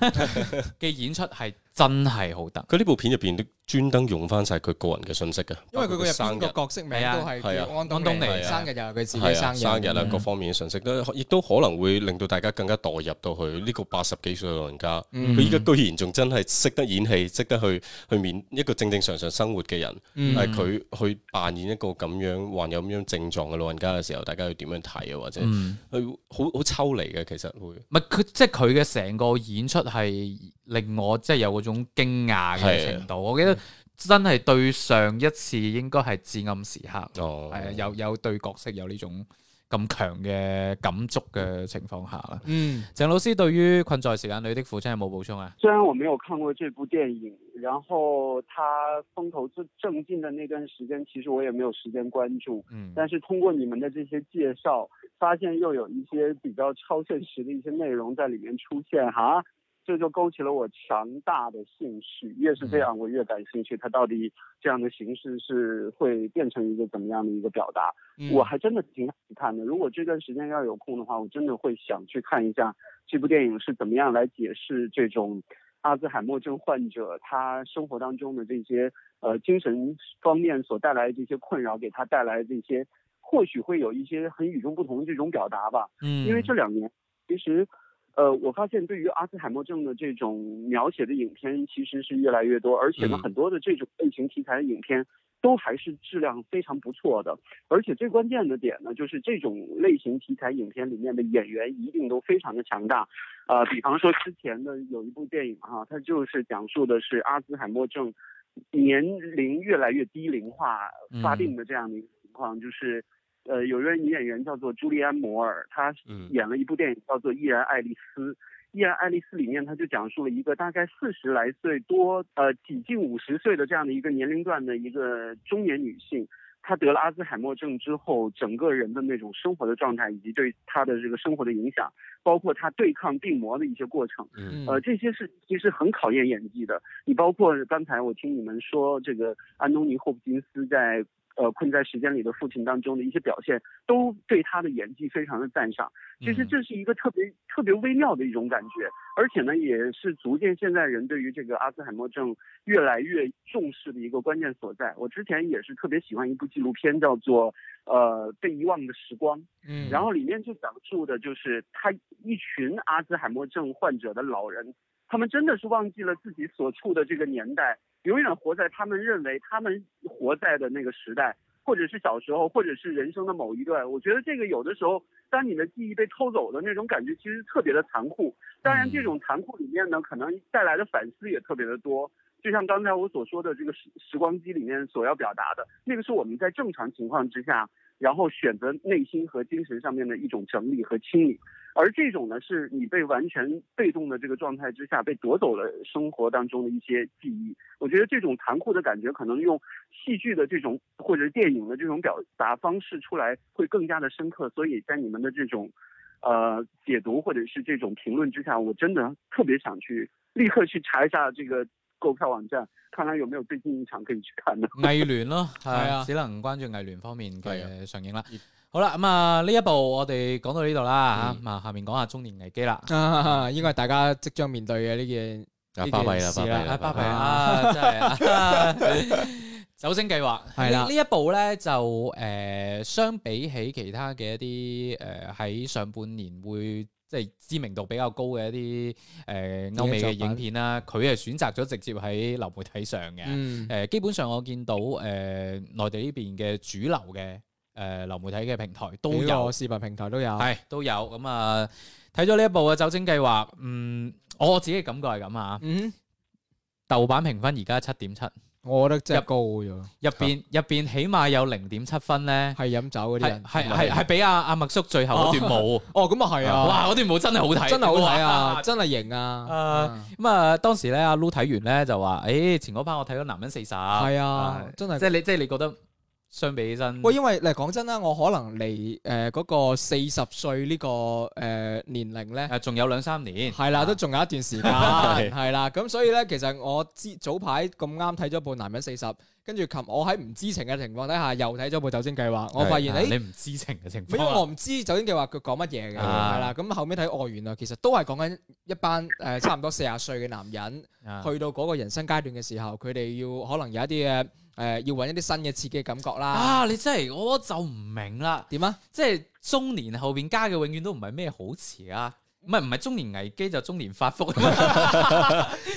Speaker 3: 嘅演出係真係好得。
Speaker 5: 佢呢部片入邊都專登用翻晒佢個人嘅信息嘅，
Speaker 4: 因為佢
Speaker 5: 包
Speaker 4: 個
Speaker 5: 括
Speaker 4: 入
Speaker 5: 生
Speaker 4: 邊
Speaker 5: 日
Speaker 4: 個角色名都
Speaker 3: 係啊
Speaker 4: 係
Speaker 5: 係
Speaker 4: 叫
Speaker 5: 啊
Speaker 4: 安東
Speaker 3: 安
Speaker 4: 尼，
Speaker 3: 東
Speaker 5: 尼
Speaker 4: 生日又係佢自己
Speaker 5: 係啊
Speaker 4: 生日，
Speaker 5: 生日啊，
Speaker 4: 嗯
Speaker 5: 各方面嘅信息都亦都可能會令到大家更加代入到去呢個八十幾歲嘅老人家，
Speaker 4: 嗯
Speaker 5: 佢依家居然仲真係識得演戲，識得去去面一個正正常常生活嘅人，
Speaker 4: 嗯
Speaker 5: 但係佢去扮演一個咁樣患有咁樣症狀嘅老人家嘅時候，大家要點樣睇啊？或者
Speaker 3: 嗯。
Speaker 5: 佢好好抽離嘅，其實會
Speaker 3: 唔係佢，即係佢嘅成個演出係令我即係有嗰種驚訝嘅
Speaker 5: 啊
Speaker 3: 程度。我記得真係對上一次應該係《至暗時刻》，
Speaker 5: 哦
Speaker 3: 係啊，有有對角色有呢種咁強嘅感觸嘅情況下啦。
Speaker 4: 嗯
Speaker 3: 鄭老師對於《困在時間裏的父親》有冇補充啊？
Speaker 6: 虽然我没有看过这部电影，然后他风头正正劲的那段时间，其实我也没有时间关注。
Speaker 3: 嗯
Speaker 6: 但是通过你们的这些介绍，发现又有一些比较超现实的一些内容在里面出现，哈，这就勾起了我强大的兴趣。越是这样，我越感兴趣，它到底这样的形式是会变成一个怎么样的一个表达？
Speaker 4: 嗯
Speaker 6: 我还真的挺想去看的。如果这段时间要有空的话，我真的会想去看一下这部电影是怎么样来解释这种阿兹海默症患者他生活当中的这些呃精神方面所带来的这些困扰，给他带来的这些或许会有一些很与众不同的这种表达吧。
Speaker 3: 嗯
Speaker 6: 因为这两年其实呃，我发现对于阿兹海默症的这种描写的影片其实是越来越多，而且呢，
Speaker 5: 嗯
Speaker 6: 很多的这种类型题材的影片都还是质量非常不错的。而且最关键的点呢，就是这种类型题材影片里面的演员一定都非常的强大。呃，比方说之前的有一部电影哈、它就是讲述的是阿兹海默症年龄越来越低龄化发病的这样的一个情况，就是。呃，有一位女演员叫做朱莉安·摩尔，她
Speaker 5: 嗯
Speaker 6: 演了一部电影叫做《依然爱丽丝》。《依然爱丽丝》里面，她就讲述了一个大概四十来岁多，呃，几近五十岁的这样的一个年龄段的一个中年女性，她得了阿兹海默症之后，整个人的那种生活的状态，以及对她的这个生活的影响，包括她对抗病魔的一些过程。
Speaker 5: 嗯
Speaker 6: 呃，这些是其实很考验演技的。你包括刚才我听你们说这个安东尼·霍普金斯在呃困在时间里的父亲当中的一些表现，都对他的演技非常的赞赏。其实这是一个特别特别微妙的一种感觉，而且呢，也是足见现在人对于这个阿兹海默症越来越重视的一个关键所在。我之前也是特别喜欢一部纪录片，叫做呃《被遗忘的时光》。
Speaker 4: 嗯
Speaker 6: 然后里面就讲述的就是他一群阿兹海默症患者的老人，他们真的是忘记了自己所处的这个年代，永远活在他们认为他们活在的那个时代，或者是小时候，或者是人生的某一段。我觉得这个有的时候，当你的记忆被偷走的那种感觉，其实特别的残酷。当然，这种残酷里面呢，可能带来的反思也特别的多。就像刚才我所说的，这个时时光机里面所要表达的，那个是我们在正常情况之下，然后选择内心和精神上面的一种整理和清理。而这种呢，是你被完全被动的这个状态之下被夺走了生活当中的一些记忆。我觉得这种残酷的感觉，可能用戏剧的这种或者是电影的这种表达方式出来，会更加的深刻。所以在你们的这种呃解读或者是这种评论之下，我真的特别想去立刻去查一下这个购票网站，看看有没有最近一场可以去看的。
Speaker 3: 艺聯咯， <laughs> 係
Speaker 4: 啊
Speaker 3: 只能關注藝聯方面嘅上映啦
Speaker 5: 係啊。
Speaker 3: 好啦，咁啊呢一部我哋講到呢度啦
Speaker 5: 嗯
Speaker 3: 吓，咁啊下面講下中年危機啦。
Speaker 4: 啊，应该系大家即将面对嘅呢件
Speaker 5: 啊
Speaker 4: 呢
Speaker 5: 巴閉
Speaker 4: 件
Speaker 5: 啦
Speaker 4: 事
Speaker 5: 巴閉
Speaker 3: 啊
Speaker 5: 啦
Speaker 3: 巴閉啊，真係啊 <laughs> 酒精計劃
Speaker 4: 係啦
Speaker 3: 呢呢一部咧就誒、呃相比起其他嘅一啲誒呃喺上半年會即係知名度比較高嘅一啲誒、呃、歐美嘅影片啦，佢係選擇咗直接喺流媒體上嘅。誒、
Speaker 4: 嗯
Speaker 3: 呃基本上我見到誒、呃、內地呢邊嘅主流嘅誒、呃、流媒體嘅平台都
Speaker 4: 呢個
Speaker 3: 有。
Speaker 4: 視頻平台都有，
Speaker 3: 系都有咁啊！睇咗呢一部啊嘅酒精計劃，嗯，我自己嘅感覺係咁啊，
Speaker 4: 嗯，
Speaker 3: 豆瓣評分而家七點七，
Speaker 4: 我覺得真係高咗，
Speaker 3: 入邊入邊起碼有零點七分咧，
Speaker 4: 係飲啊酒嗰啲
Speaker 3: 係
Speaker 4: 人，
Speaker 3: 係係係俾阿阿麥叔最後嗰段舞，
Speaker 4: 哦咁啊係啊，
Speaker 3: <laughs> 哇！嗰段舞真係好睇，
Speaker 4: 真係好睇
Speaker 3: 哇
Speaker 4: 啊，！真係型
Speaker 3: 啊
Speaker 4: 啊，
Speaker 3: 咁啊，當時咧阿 Lu 睇完咧就話：，誒前嗰班我睇咗男人四十，係
Speaker 4: 係啊，真係
Speaker 3: 即。係你即係你覺得相比起身，
Speaker 4: 喂，因為嚟講真啦，我可能離誒嗰個四十歲呢個誒年齡咧，
Speaker 3: 誒呃仲有兩三年，
Speaker 4: 係啦，都仲有一段時間，
Speaker 3: 啊
Speaker 4: 係啦，咁所以咧，其實我知早排咁啱睇咗部《男人四十》，跟住琴我喺唔知情嘅情況底下又睇咗部《酒精計劃》，我發現
Speaker 3: 係啊
Speaker 4: 誒
Speaker 3: 你。唔知情嘅情
Speaker 4: 因為
Speaker 3: 況
Speaker 4: 我
Speaker 3: 啦，
Speaker 4: 唔知酒精計劃佢講乜嘢嘅，係
Speaker 3: 啊
Speaker 4: 啦，咁後尾睇哦，原來其實都係講緊一班誒差唔多四十歲嘅男人，
Speaker 3: 啊
Speaker 4: 去到嗰個人生階段嘅時候，佢哋要可能有一啲嘅誒，要揾一啲新嘅刺激嘅感覺啦。
Speaker 3: 啊！你真係我就唔明啦。
Speaker 4: 點啊？
Speaker 3: 即係中年後邊加嘅永遠都唔係咩好詞啊，唔係唔係中年危機就中年發福 <laughs>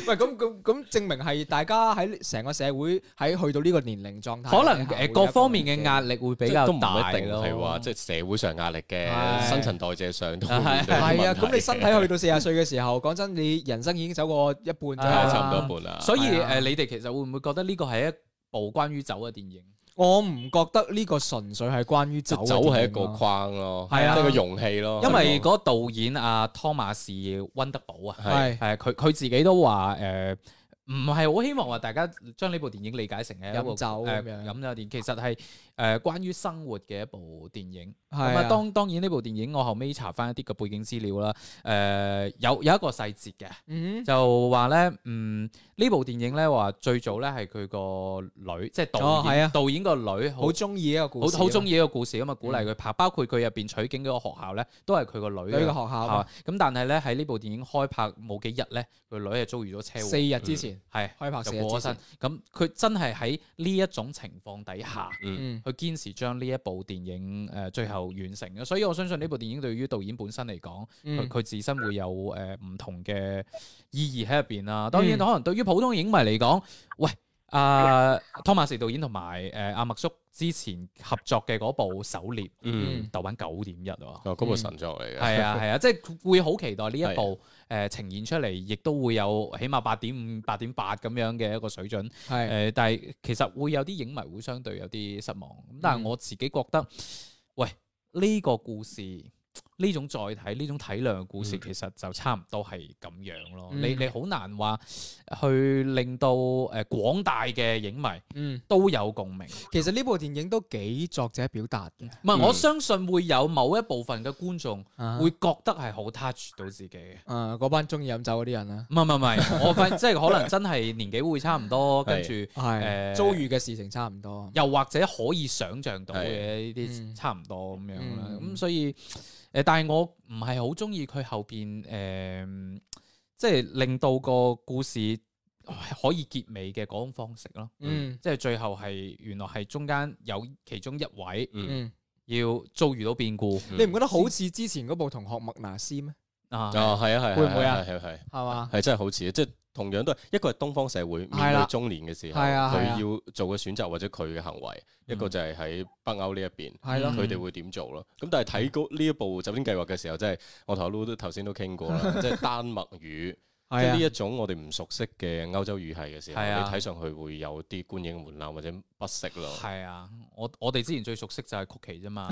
Speaker 4: 喂，咁咁咁，證明係大家喺成個社會喺去到呢個年齡狀態，
Speaker 3: 可能誒各方面嘅壓力會比
Speaker 5: 即
Speaker 3: 較
Speaker 5: 係都唔
Speaker 3: 大
Speaker 5: 一定
Speaker 3: 咯。
Speaker 5: 係話即係社會上壓力
Speaker 3: 係
Speaker 5: 嘅，新陳代謝上都會
Speaker 3: 係
Speaker 5: 面對呢啲
Speaker 4: 係啊。
Speaker 5: 問題
Speaker 4: 咁你身體去到四十歲嘅時候，講真，你人生已經走過一半左右
Speaker 5: 係
Speaker 3: 啊
Speaker 5: 差唔
Speaker 4: 啦。
Speaker 5: 多一半啦。
Speaker 3: 所以
Speaker 4: 係啊
Speaker 3: 誒，你哋其實會唔會覺得呢個係一部關於酒嘅電影？
Speaker 4: 我唔覺得呢個純粹係關於
Speaker 5: 即
Speaker 4: 酒
Speaker 5: 係
Speaker 4: 嘅
Speaker 5: 酒係一
Speaker 4: 電
Speaker 5: 個
Speaker 4: 影咯
Speaker 5: 框咯，
Speaker 3: 係啊
Speaker 5: 即係個容器咯。啊
Speaker 3: 因為嗰個導演阿湯馬士温德堡啊，
Speaker 4: 係
Speaker 3: 誒佢佢自己都話誒。唔係好希望話大家將呢部電影理解成係一部
Speaker 4: 啊飲酒
Speaker 3: 誒
Speaker 4: 咁樣
Speaker 3: 飲酒電影，其實係誒關於生活嘅一部電影。咁
Speaker 4: 係
Speaker 3: 啊，
Speaker 4: 啊，
Speaker 3: 當當然呢部電影我後尾查翻一啲嘅背景資料啦。誒、呃有有一個細節嘅，
Speaker 4: 嗯
Speaker 3: 就話咧，嗯，呢部電影咧話最早咧係佢個女，即係
Speaker 4: 哦
Speaker 3: 導
Speaker 4: 係
Speaker 3: 演、
Speaker 4: 啊
Speaker 3: 導演個女好
Speaker 4: 好中意一個故
Speaker 3: 好
Speaker 4: 事，啊嗯
Speaker 3: 好中意呢個故事咁啊，鼓勵佢拍。包括佢入邊取景嗰個學校咧，都係佢個女
Speaker 4: 女嘅學
Speaker 3: 嘅學啊
Speaker 4: 校啊
Speaker 3: 校。咁但係咧喺呢部電影開拍冇幾日咧，佢女係遭遇咗車禍。嗯
Speaker 4: 四日之前前
Speaker 3: 係
Speaker 4: 開
Speaker 3: 就
Speaker 4: 拍四日
Speaker 3: 過咗
Speaker 4: 之
Speaker 3: 身
Speaker 4: 前，。
Speaker 3: 咁佢真係喺呢一種情況底下，
Speaker 4: 嗯
Speaker 3: 佢堅持將呢一部電影誒、呃最後完成嘅。所以我相信呢部電影對於導演本身嚟講，佢
Speaker 4: 嗯
Speaker 3: 佢自身會有誒呃唔、同嘅意義喺入邊啦。當然，
Speaker 4: 嗯
Speaker 3: 可能對於普通影迷嚟講，喂。啊，托馬士導演同埋誒阿麥叔之前合作嘅嗰部《狩獵》，
Speaker 5: 嗯，
Speaker 3: 豆瓣九點一喎，
Speaker 4: <laughs>
Speaker 5: 哦，
Speaker 4: 嗯
Speaker 5: 嗰部神作嚟嘅，
Speaker 3: 係
Speaker 5: <laughs>
Speaker 3: 啊係啊，即係會好期待呢一部誒呈現出嚟，亦都會有起碼八點五、八點八咁樣嘅一個水準。誒、
Speaker 4: 係
Speaker 3: 但係其實會有啲影迷會相對有啲失望。咁但
Speaker 4: 嗯
Speaker 3: 係我自己覺得，喂，呢、個故事呢種載體、呢種體量嘅故事，
Speaker 5: 嗯
Speaker 3: 其實就差唔多係咁樣咯。
Speaker 4: 嗯
Speaker 3: 你你好難話去令到誒、呃、廣大嘅影迷
Speaker 4: 嗯，
Speaker 3: 都有共鳴。
Speaker 4: 其實呢部電影都幾作者表達嘅，
Speaker 3: 唔係、
Speaker 5: 嗯
Speaker 3: 我相信會有某一部分嘅觀眾
Speaker 4: 啊
Speaker 3: 會覺得係好 touch 到自己嘅。
Speaker 4: 啊嗰班中意飲酒嗰啲人啦，
Speaker 3: 唔係唔係唔係，我發即係可能真係年紀會差唔多，跟住呃誒
Speaker 4: 係遭遇嘅事情差唔多。
Speaker 3: 又或者可以想像到嘅呢
Speaker 4: 嗯
Speaker 3: 啲差唔多咁樣啦。咁、
Speaker 4: 嗯
Speaker 3: 所以誒、呃但係我唔係好中意佢後邊誒、呃即係令到個故事可以結尾嘅嗰種方式咯。
Speaker 4: 嗯
Speaker 3: 即係最後係原來係中間有其中一位
Speaker 5: 嗯，
Speaker 4: 嗯，
Speaker 3: 要遭遇到變故
Speaker 4: 你唔覺得好似之前嗰部同學麥娜絲咩？
Speaker 3: 啊，
Speaker 5: 哦，係啊係，
Speaker 4: 會唔會啊
Speaker 5: 係係係。
Speaker 4: 係嘛？
Speaker 5: 係真係好似，即係同樣都係一個係東方社會面
Speaker 4: 係啦
Speaker 5: 對中年嘅時候，
Speaker 4: 係啊
Speaker 5: 佢
Speaker 4: 係啊
Speaker 5: 要做嘅選擇或者佢嘅行為，一個就係喺北歐呢一邊，
Speaker 4: 係咯嗯
Speaker 5: 佢哋會點做咯。咁但係睇嗰呢一部酒精計劃嘅時候，真係我同阿 Lu 都頭先都
Speaker 4: <laughs>
Speaker 5: 傾過啦，即係丹麥語。即
Speaker 4: 係
Speaker 5: 係
Speaker 4: 啊
Speaker 5: 呢一種我哋唔熟悉嘅歐洲語系嘅時候，
Speaker 3: 係啊
Speaker 5: 你睇上去會有啲觀影門檻或者不適咯。
Speaker 3: 係啊，我我哋之前最熟悉就係曲奇啫嘛。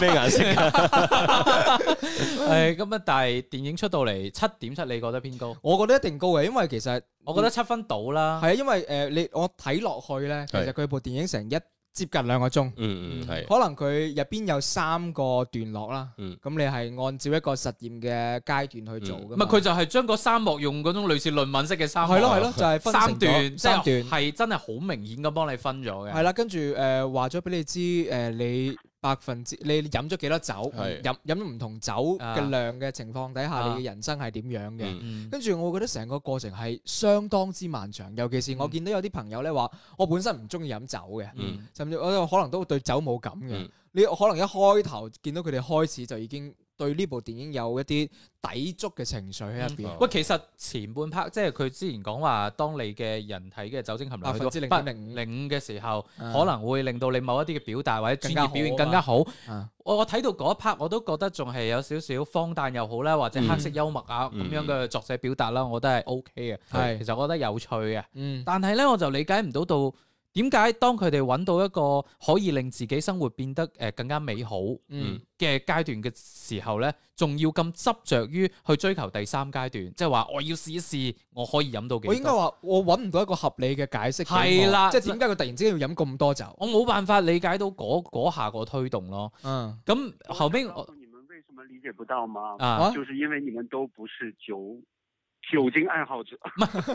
Speaker 5: 咩顏色啊？
Speaker 3: 誒咁啊，但係電影出到嚟七點七，你覺得偏高？
Speaker 4: 我覺得一定高嘅，因為其實
Speaker 3: 我覺得七分到啦。
Speaker 4: 係啊，因為誒你我睇落去咧，其實
Speaker 5: 係
Speaker 4: 佢部電影成一接近兩個鐘，
Speaker 5: <laughs> 嗯嗯係，
Speaker 4: 可能佢入邊有三個段落啦。
Speaker 5: 嗯
Speaker 4: 咁你係按照一個實驗嘅階段去做
Speaker 5: 嗯
Speaker 4: 噶
Speaker 3: 唔係
Speaker 4: 嘛？
Speaker 3: 佢就係將嗰三幕用嗰種類似論文式嘅三幕，
Speaker 4: 係咯係咯，就係分
Speaker 3: 三
Speaker 4: 成
Speaker 3: 段，
Speaker 4: 咗
Speaker 3: 即
Speaker 4: 三段
Speaker 3: 係。係真係好明顯咁幫你分咗
Speaker 5: 啊
Speaker 3: 嘅。
Speaker 4: 係啦，跟住誒話咗俾你知誒、你百分之你飲咗幾多酒，
Speaker 5: 係啊
Speaker 4: 飲飲咗唔同酒嘅量嘅情況底下，
Speaker 3: 啊
Speaker 4: 你嘅人生係點樣嘅？
Speaker 5: 嗯
Speaker 3: 嗯，
Speaker 4: 跟住我覺得成個過程係相當之漫長，尤其是我見到有啲朋友咧話，我本身唔中意飲酒嘅，
Speaker 5: 嗯
Speaker 4: 甚至我可能都對酒冇感嘅。
Speaker 5: 嗯
Speaker 4: 你可能一開頭見到佢哋開始就已經對呢部電影有一啲抵觸嘅情緒喺入邊。
Speaker 5: 嗯
Speaker 3: 喂，其實前半 part 即係佢之前講話，當你嘅人體嘅酒精含量去到
Speaker 4: 0.05
Speaker 3: 零五嘅時候，
Speaker 5: 嗯
Speaker 4: 啊
Speaker 3: 可能會令到你某一啲嘅表達或者專業表現更
Speaker 4: 更加
Speaker 3: 加好。
Speaker 5: 嗯
Speaker 4: 啊
Speaker 3: 我我睇到嗰一 part 我都覺得仲係有少少荒誕又好啦，或者黑色幽默啊咁
Speaker 5: 嗯
Speaker 3: 樣嘅作者表達啦，我覺得係 O K 嘅。
Speaker 4: 係
Speaker 3: 其實我覺得有趣嘅。
Speaker 4: 嗯
Speaker 3: 但係咧，我就理解唔到到點解當佢哋揾到一個可以令自己生活變得誒、呃更加美好
Speaker 4: 嗯
Speaker 3: 嘅階段嘅時候咧，仲要咁執着於去追求第三階段，即係話我要試一試我可以飲到
Speaker 4: 我
Speaker 3: 幾
Speaker 4: 應該
Speaker 3: 多。
Speaker 4: 話我揾唔到一個合理嘅解釋俾我。
Speaker 3: 係啦
Speaker 4: 即係點解佢突然之間要飲咁多酒？
Speaker 3: 我冇辦法理解到嗰嗰下個推動咯。
Speaker 4: 嗯，
Speaker 3: 咁後尾
Speaker 6: 我想告
Speaker 3: 我
Speaker 6: 诉你们为什么理解不到吗？
Speaker 5: <laughs>
Speaker 3: 啊，
Speaker 6: 就是因为你们都不是酒酒精爱好者。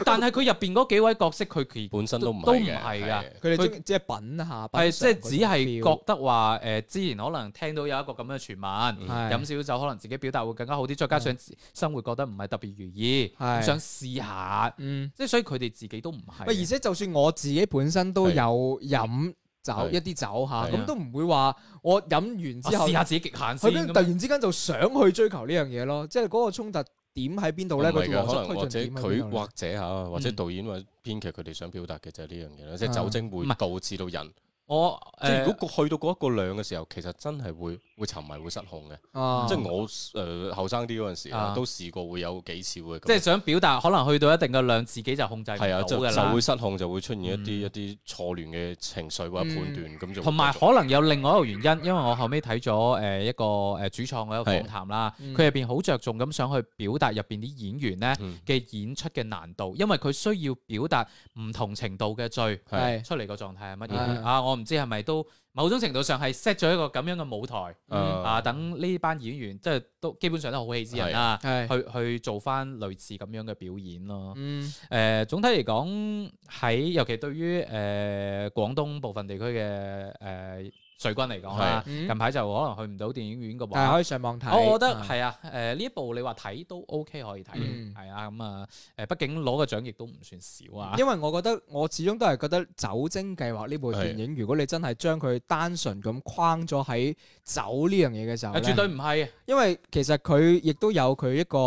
Speaker 3: 但係佢入邊嗰幾位角色，佢其
Speaker 5: 本身都唔
Speaker 3: 都唔
Speaker 5: 係嘅，
Speaker 3: 係㗎
Speaker 5: 係。
Speaker 4: 佢哋中意即係品下，
Speaker 3: 係
Speaker 4: 品
Speaker 3: 即係
Speaker 4: 嚐嗰
Speaker 3: 只
Speaker 4: 種
Speaker 3: 係
Speaker 4: feel
Speaker 3: 覺得話誒、呃之前可能聽到有一個咁樣嘅傳聞，
Speaker 4: 係嗯
Speaker 3: 飲少酒可能自己表達會更加好啲，再加上生活覺得唔係特別如意，
Speaker 4: 係
Speaker 3: 想試下，
Speaker 4: 嗯。
Speaker 3: 即係所以佢哋自己都唔係。啊
Speaker 4: 喂，而且就算我自己本身都
Speaker 5: 係
Speaker 4: 有飲酒
Speaker 5: 係
Speaker 4: 一啲酒嚇，
Speaker 5: 係
Speaker 4: 咁
Speaker 3: 啊
Speaker 4: 都唔會話我飲完
Speaker 3: 我
Speaker 4: 之後
Speaker 3: 試，下自己極限
Speaker 4: 佢跟
Speaker 3: 先
Speaker 4: 住
Speaker 3: 咁
Speaker 4: 突
Speaker 3: 樣。
Speaker 4: 然之間就想去追求呢樣嘢咯，即係嗰個衝突點喺邊度咧？
Speaker 5: 唔
Speaker 4: 嗰
Speaker 5: 係
Speaker 4: 條邏
Speaker 5: 嘅，可
Speaker 4: 輯
Speaker 5: 能或
Speaker 4: 推
Speaker 5: 者
Speaker 4: 進點啊喺邊
Speaker 5: 佢
Speaker 4: 度呢
Speaker 5: 或者嚇，或者
Speaker 3: 嗯
Speaker 5: 導演或者編劇佢哋想表達嘅就係呢樣嘢啦，即
Speaker 4: 啊
Speaker 5: 係酒精
Speaker 3: 唔
Speaker 5: 會
Speaker 3: 係
Speaker 5: 導致到人，
Speaker 3: 我呃
Speaker 5: 即係
Speaker 3: 誒
Speaker 5: 如果去到嗰一個量嘅時候，其實真係會會沉迷會失控嘅。
Speaker 4: 啊
Speaker 5: 即係我誒後生啲嗰陣時
Speaker 3: 啊
Speaker 5: 啊，都試過會有幾次會咁
Speaker 3: 即係想表達，可能去到一定嘅量，自己就控制唔到
Speaker 5: 係啊，就
Speaker 3: 㗎
Speaker 5: 就
Speaker 3: 啦
Speaker 5: 會。失控，就會出現一
Speaker 3: 嗯
Speaker 5: 啲一啲錯亂嘅情緒或者判斷，咁就
Speaker 3: 同埋
Speaker 5: 繼續
Speaker 3: 可能有另外一個原因，因為我後尾睇咗誒一個誒主創嘅一個
Speaker 5: 係
Speaker 3: 訪談啦，
Speaker 4: 嗯
Speaker 3: 佢入邊好着重咁想去表達入邊啲演員咧
Speaker 5: 嗯
Speaker 3: 嘅演出嘅難度，因為佢需要表達唔同程度嘅醉
Speaker 4: 係
Speaker 3: 出嚟個狀態係乜
Speaker 4: 係
Speaker 3: 嘢啊？我唔知係咪都某種程度上係 set 咗一個咁樣嘅舞台啊，等呢班演員即係都基本上都好戲之人啦，
Speaker 4: 係
Speaker 3: 去去做翻類似咁樣嘅表演咯。
Speaker 4: 嗯
Speaker 3: 誒、呃總體嚟呃講，喺尤其對於誒、廣東部分地區嘅誒、
Speaker 4: 嗯
Speaker 3: 近排就可能去唔到電影院嘅
Speaker 4: 但係
Speaker 3: 話
Speaker 4: 可。以上網睇。
Speaker 3: 我覺得
Speaker 4: 啊
Speaker 3: 係啊，誒呢一部你話睇都 OK 可以睇
Speaker 4: 嗯
Speaker 3: 嘅，係啊咁啊誒，畢竟攞嘅獎亦都唔算少啊。
Speaker 4: 因為我覺得我始終都係覺得《酒精計劃》呢部電影，如果你真係將佢單純咁框咗喺酒呢樣嘢嘅時候
Speaker 3: 啊，
Speaker 4: 咧，
Speaker 3: 絕對唔係，
Speaker 4: 因為其實佢亦都有佢一個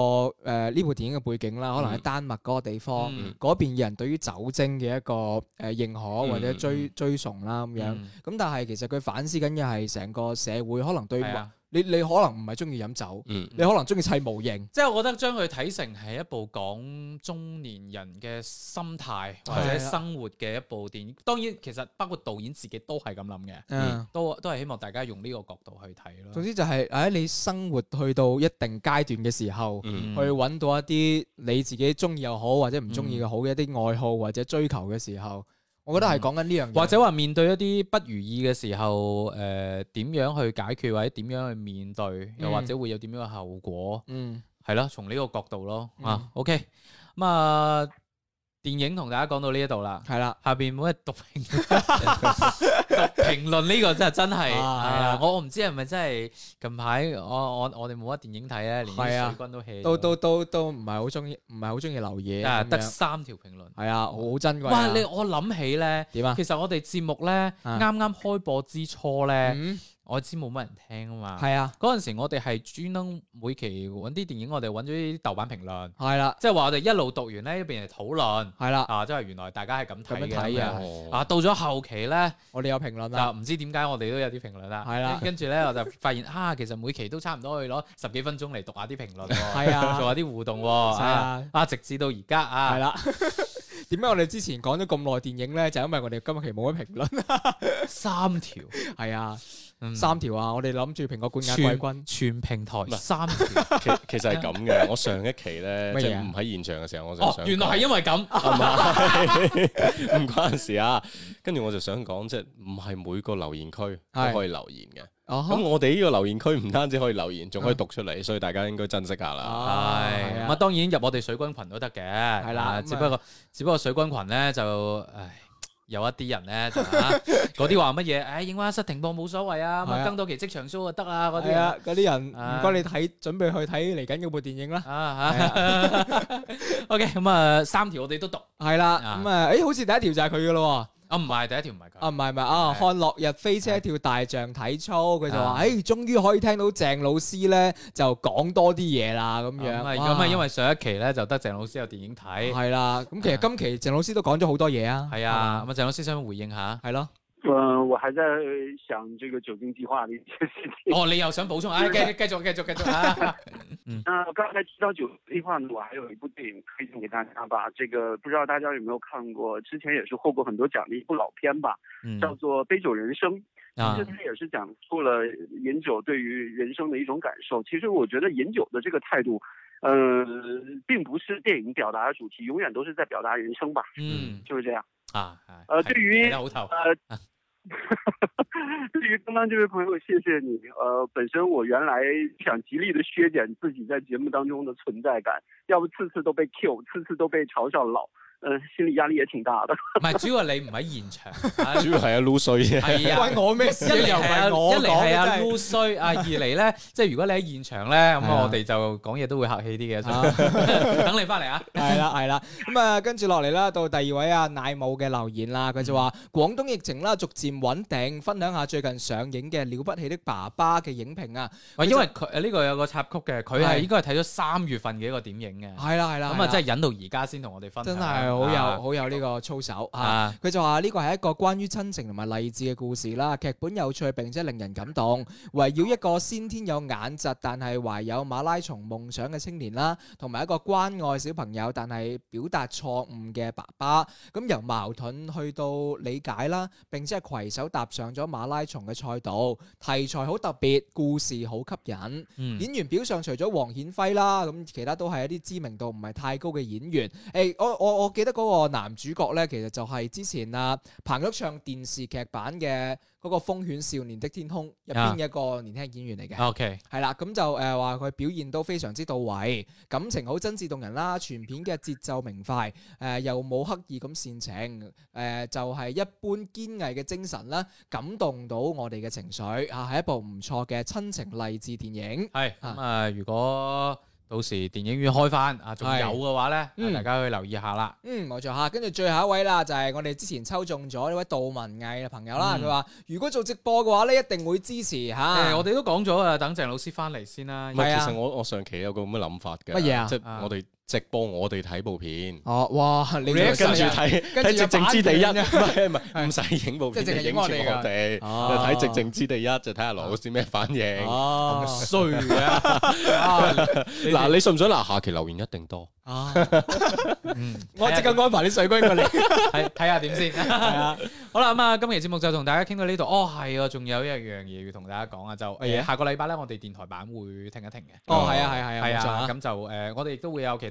Speaker 4: 誒呢、部電影嘅背景啦，可能喺
Speaker 5: 嗯
Speaker 4: 丹麥嗰個地方，
Speaker 3: 嗯
Speaker 4: 嗰、邊嘅人對於酒精嘅一個誒、呃、認可
Speaker 5: 嗯
Speaker 4: 或者追、
Speaker 3: 嗯
Speaker 4: 追崇啦咁樣。
Speaker 3: 嗯
Speaker 4: 咁、但係其實佢反思緊嘅係成個社會可能對
Speaker 3: 係啊。
Speaker 4: 你你可能唔係中意飲酒，
Speaker 5: 嗯
Speaker 4: 你可能中意砌模型。
Speaker 3: 即係我覺得將佢睇成係一部講中年人嘅心態或
Speaker 4: 係啊
Speaker 3: 者生活嘅一部電影。當然，其實包括導演自己都係咁諗嘅，
Speaker 4: 嗯
Speaker 3: 都都係希望大家用呢個角度去睇
Speaker 4: 總
Speaker 3: 咯。
Speaker 4: 之就係、喺你生活去到一定階段嘅時候，
Speaker 5: 嗯
Speaker 4: 去揾到一啲你自己中意又好，或者唔中意嘅好嘅一啲愛好或者追求嘅時候，我覺得係講緊呢樣嘢。
Speaker 3: 或者話面對一啲不如意嘅時候，誒、呃點樣去解決或者點樣去面對，又或者會有點樣嘅後果，
Speaker 4: 嗯，
Speaker 3: 係咯、從呢個角度咯。啊
Speaker 4: 嗯
Speaker 3: ，OK，咁啊，電影同大家講到呢一度啦。
Speaker 4: 係啦，
Speaker 3: 下邊冇乜讀評 <laughs> 讀評論呢個真係真係係
Speaker 4: 啊
Speaker 3: 啊！我我唔知係咪真係近排我我我哋冇乜電影睇咧，連啲
Speaker 4: 係啊
Speaker 3: 水軍都 hea 咗
Speaker 4: 都都都都唔係好中意，唔係好中意留嘢
Speaker 3: 啊
Speaker 4: 咁
Speaker 3: 得
Speaker 4: 樣
Speaker 3: 三條評論。
Speaker 4: 係啊，好珍貴啊。
Speaker 3: 哇！你我諗起咧，
Speaker 4: 點啊？
Speaker 3: 其實我哋節目咧
Speaker 4: 啊
Speaker 3: 啱啱開播之初咧，
Speaker 4: 嗯，
Speaker 3: 我知冇乜人聽啊嘛。
Speaker 4: 係啊，
Speaker 3: 嗰陣時我哋係專登每期揾啲電影，我哋揾咗啲豆瓣評論，
Speaker 4: 係啦，
Speaker 3: 即係話我哋一路讀完咧，一邊嚟討論
Speaker 4: 係啦，
Speaker 3: 啊，即係原來大家係咁睇
Speaker 4: 咁樣睇
Speaker 3: 嘅
Speaker 4: 啊
Speaker 3: 啊。
Speaker 5: 哦
Speaker 3: 啊，到咗後期咧。
Speaker 4: 我哋有評論啊啦
Speaker 3: 就。唔知點解我哋都有啲評論啦，
Speaker 4: 係啦
Speaker 3: 跟住咧我就發現啊，其實每期都差唔多去攞十幾分鐘嚟讀下啲評論喎，
Speaker 4: 係啊
Speaker 3: 做下啲互動喎，
Speaker 4: 係啊
Speaker 3: 啊啊，直至到而家
Speaker 4: 係
Speaker 3: 啊，
Speaker 4: 啦， <laughs> 點解我哋之前講咗咁耐電影咧？就因為我哋今期冇乜評論。 <laughs>
Speaker 3: 三條，
Speaker 4: 係啊，
Speaker 3: 嗯
Speaker 4: 三條啊，我哋諗住蘋果冠亞
Speaker 3: 全
Speaker 4: 季軍。
Speaker 3: 全平台
Speaker 5: 係
Speaker 3: 三
Speaker 5: <laughs>
Speaker 3: 條，
Speaker 5: 其其實係咁嘅，我上一期咧
Speaker 4: 乜嘢啊
Speaker 5: 即係唔喺現場嘅時候，我就
Speaker 3: 哦
Speaker 5: 想，
Speaker 3: 原來係因為
Speaker 4: <laughs>
Speaker 3: 咁，
Speaker 5: 因 <laughs> 唔關事啊。跟住我就想講，即係唔係每個留言區
Speaker 4: 係
Speaker 5: 都可以留言嘅。
Speaker 4: 哦啊
Speaker 5: 咁我哋呢個留言區唔單止可以留言，仲可以讀出嚟，所以大家應該珍惜下啦。
Speaker 3: 係咁啊，當然入我哋水軍群都得嘅，係
Speaker 4: 啦咁啊
Speaker 3: 只不過只不過水軍群咧就唉。有一啲人咧就嚇嗰啲話乜嘢？唉，影畫室停播冇所謂啊，咁
Speaker 4: 係啊
Speaker 3: 啊更多期即場 show 就得啦，嗰啲
Speaker 4: 係
Speaker 3: 人
Speaker 4: 啊，嗰啲人唔
Speaker 3: 啊
Speaker 4: 該你睇，準備去睇嚟緊嗰部電影啦。
Speaker 3: 啊，OK，咁啊，三條我哋都讀，
Speaker 4: 係啦，
Speaker 3: 啊
Speaker 4: 咁啊，誒，好似第一條就係佢噶咯
Speaker 3: 啊，唔係第一條唔係
Speaker 4: 喎，啊，
Speaker 3: 佢，
Speaker 4: 唔係唔係啊，
Speaker 3: 係
Speaker 4: 看落日飛車跳大象體操，佢就話，
Speaker 3: 啊
Speaker 4: 誒，終於可以聽到鄭老師咧就講多啲嘢啦，咁樣。
Speaker 3: 咁啊，
Speaker 4: 哇
Speaker 3: 咁啊，因為上一期咧就得鄭老師有電影睇，
Speaker 4: 係啦，咁其實今期鄭老師都講咗好多嘢啊。
Speaker 3: 係啊，咁啊，鄭老師想回應下，
Speaker 4: 係嘛，係咯，
Speaker 6: 嗯，我还在想这个酒精计划的一些事情。
Speaker 3: 哦，你又想補充，唉，繼繼續繼續繼續啊，
Speaker 6: 那刚才提到酒精计划呢，我还有一部电影推荐给大家吧。这个不知道大家有没有看过，之前也是获过很多奖的一部老片吧，
Speaker 3: 嗯
Speaker 6: 叫做《杯酒人生》。
Speaker 3: 啊
Speaker 6: 其实，它也是讲述了饮酒对于人生的一种感受。其实我觉得饮酒的这个态度，呃，并不是电影表达的主题，永远都是在表达人生吧，
Speaker 3: 嗯，
Speaker 6: 就是这样。
Speaker 3: 啊，
Speaker 6: 呃，對於
Speaker 3: 睇得好透，
Speaker 6: 呃， <laughs> 对于刚刚这位朋友，谢谢你。呃，本身我原来想极力的削减自己在节目当中的存在感，要不次次都被 Q，次次都被嘲笑老，嗯、心理压力也挺大的。
Speaker 3: 唔係主要係你唔喺現場，啊
Speaker 5: <laughs> 主要係阿 Lu 衰啫，
Speaker 3: 係啊。
Speaker 4: 關我咩
Speaker 3: 一
Speaker 4: 事啊？
Speaker 3: 嚟
Speaker 4: 又唔
Speaker 3: 係啊，
Speaker 4: 係我
Speaker 3: 一嚟係啊
Speaker 4: 講嘅真係
Speaker 3: Lu 衰啊，二嚟咧，即係如果你喺現場咧，咁
Speaker 4: 係啊
Speaker 3: 我哋就講嘢都會客氣啲嘅，所以 <laughs>
Speaker 4: 啊
Speaker 3: 等你翻嚟啊！
Speaker 4: 系啦系啦，咁啊跟住落嚟啦，到第二位啊奶母嘅留言啦，佢就話
Speaker 3: 嗯
Speaker 4: 廣東疫情啦逐漸穩定，分享下最近上映嘅《了不起的爸爸》嘅影評啊，
Speaker 3: 喂，
Speaker 4: 佢
Speaker 3: 因
Speaker 4: 就
Speaker 3: 為佢呢個有個插曲嘅，佢
Speaker 4: 係
Speaker 3: 係應該係睇咗三月份嘅一個點映嘅，
Speaker 4: 係啦係啦，
Speaker 3: 咁啊
Speaker 4: 係
Speaker 3: 真係忍到而家先同我哋分享，
Speaker 4: 真係好有好有呢個操守
Speaker 3: 啊
Speaker 4: 啊！
Speaker 3: 啊！
Speaker 4: 佢就話呢個係一個關於親情同埋勵志嘅故事啦，劇本有趣並且令人感動，圍繞一個先天有眼疾但係懷有馬拉松夢想嘅青年啦，同埋一個關愛小朋友但係表達錯誤嘅爸爸，咁由矛盾去到理解啦，並且係攜手踏上咗馬拉松嘅賽道，題材好特別，故事好吸引。
Speaker 3: 嗯
Speaker 4: 演員表上除咗黃顯輝啦，咁其他都係一啲知名度唔係太高嘅演員。誒、我我我記得嗰個男主角咧，其實就係之前啊彭昱暢電視劇版嘅嗰個《風犬少年的天空》入邊嘅一個年輕演員嚟嘅。
Speaker 3: OK，
Speaker 4: 係啦，咁就誒話佢表現都非常之到位，感情好真摯動人啦，全片嘅節奏明快，誒、又冇刻意咁煽情，誒、就係、一般堅毅嘅精神啦，感動到我哋嘅情緒啊，係一部唔錯嘅親情勵志電影。
Speaker 3: 係咁啊！如果到時電影院開翻啊，仲
Speaker 4: 係
Speaker 3: 有嘅話咧，啊
Speaker 4: 嗯
Speaker 3: 大家可以留意下啦。
Speaker 4: 嗯，冇錯嚇。跟住最後一位啦，就係、我哋之前抽中咗呢位杜文毅嘅朋友啦。
Speaker 3: 嗯
Speaker 4: 佢話、如果做直播嘅話咧，一定會支持嚇。
Speaker 3: 誒，我哋都講咗啊，等鄭老師翻嚟先啦。
Speaker 5: 唔係，
Speaker 4: 係啊
Speaker 5: 其實我我上期有個咁嘅諗法嘅，
Speaker 4: 乜嘢啊
Speaker 5: 即係
Speaker 3: 啊
Speaker 5: 我哋直播我哋睇部片，
Speaker 4: 哦，哇！你
Speaker 5: 跟
Speaker 4: 真
Speaker 5: 住
Speaker 4: 係啊
Speaker 5: 睇
Speaker 4: 跟住
Speaker 5: 睇《
Speaker 4: 有
Speaker 5: 寂靜之地一》，
Speaker 4: 版權啊
Speaker 5: <laughs> 唔係唔係唔使影部片，
Speaker 4: 即係淨係
Speaker 5: 影
Speaker 4: 影
Speaker 5: 住我
Speaker 4: 我哋㗎
Speaker 5: 哋，就
Speaker 4: 哦
Speaker 5: 睇《寂靜之地一》，就睇下羅老師咩反應。
Speaker 4: 哦
Speaker 3: 衰
Speaker 5: <laughs>
Speaker 3: 嘅啊，
Speaker 5: 嗱，你信唔信？嗱，下期留言一定多。 <laughs>
Speaker 4: 啊！
Speaker 3: 嗯
Speaker 4: 我即刻安排啲水軍過嚟。
Speaker 3: <laughs> 睇睇下點
Speaker 4: <laughs>
Speaker 3: 先。
Speaker 4: 啊
Speaker 3: 好啦，咁啊，今期節目就同大家傾到呢度。哦，係啊，仲有一樣嘢要同大家講啊，就
Speaker 4: 乜
Speaker 3: 誒
Speaker 4: 嘢
Speaker 3: 下個禮拜咧，我哋電台版會停一停嘅。
Speaker 4: 哦，係啊，係啊，
Speaker 3: 係啊，
Speaker 4: 係啊，冇錯嗯
Speaker 3: 咁就誒，我哋亦都會有其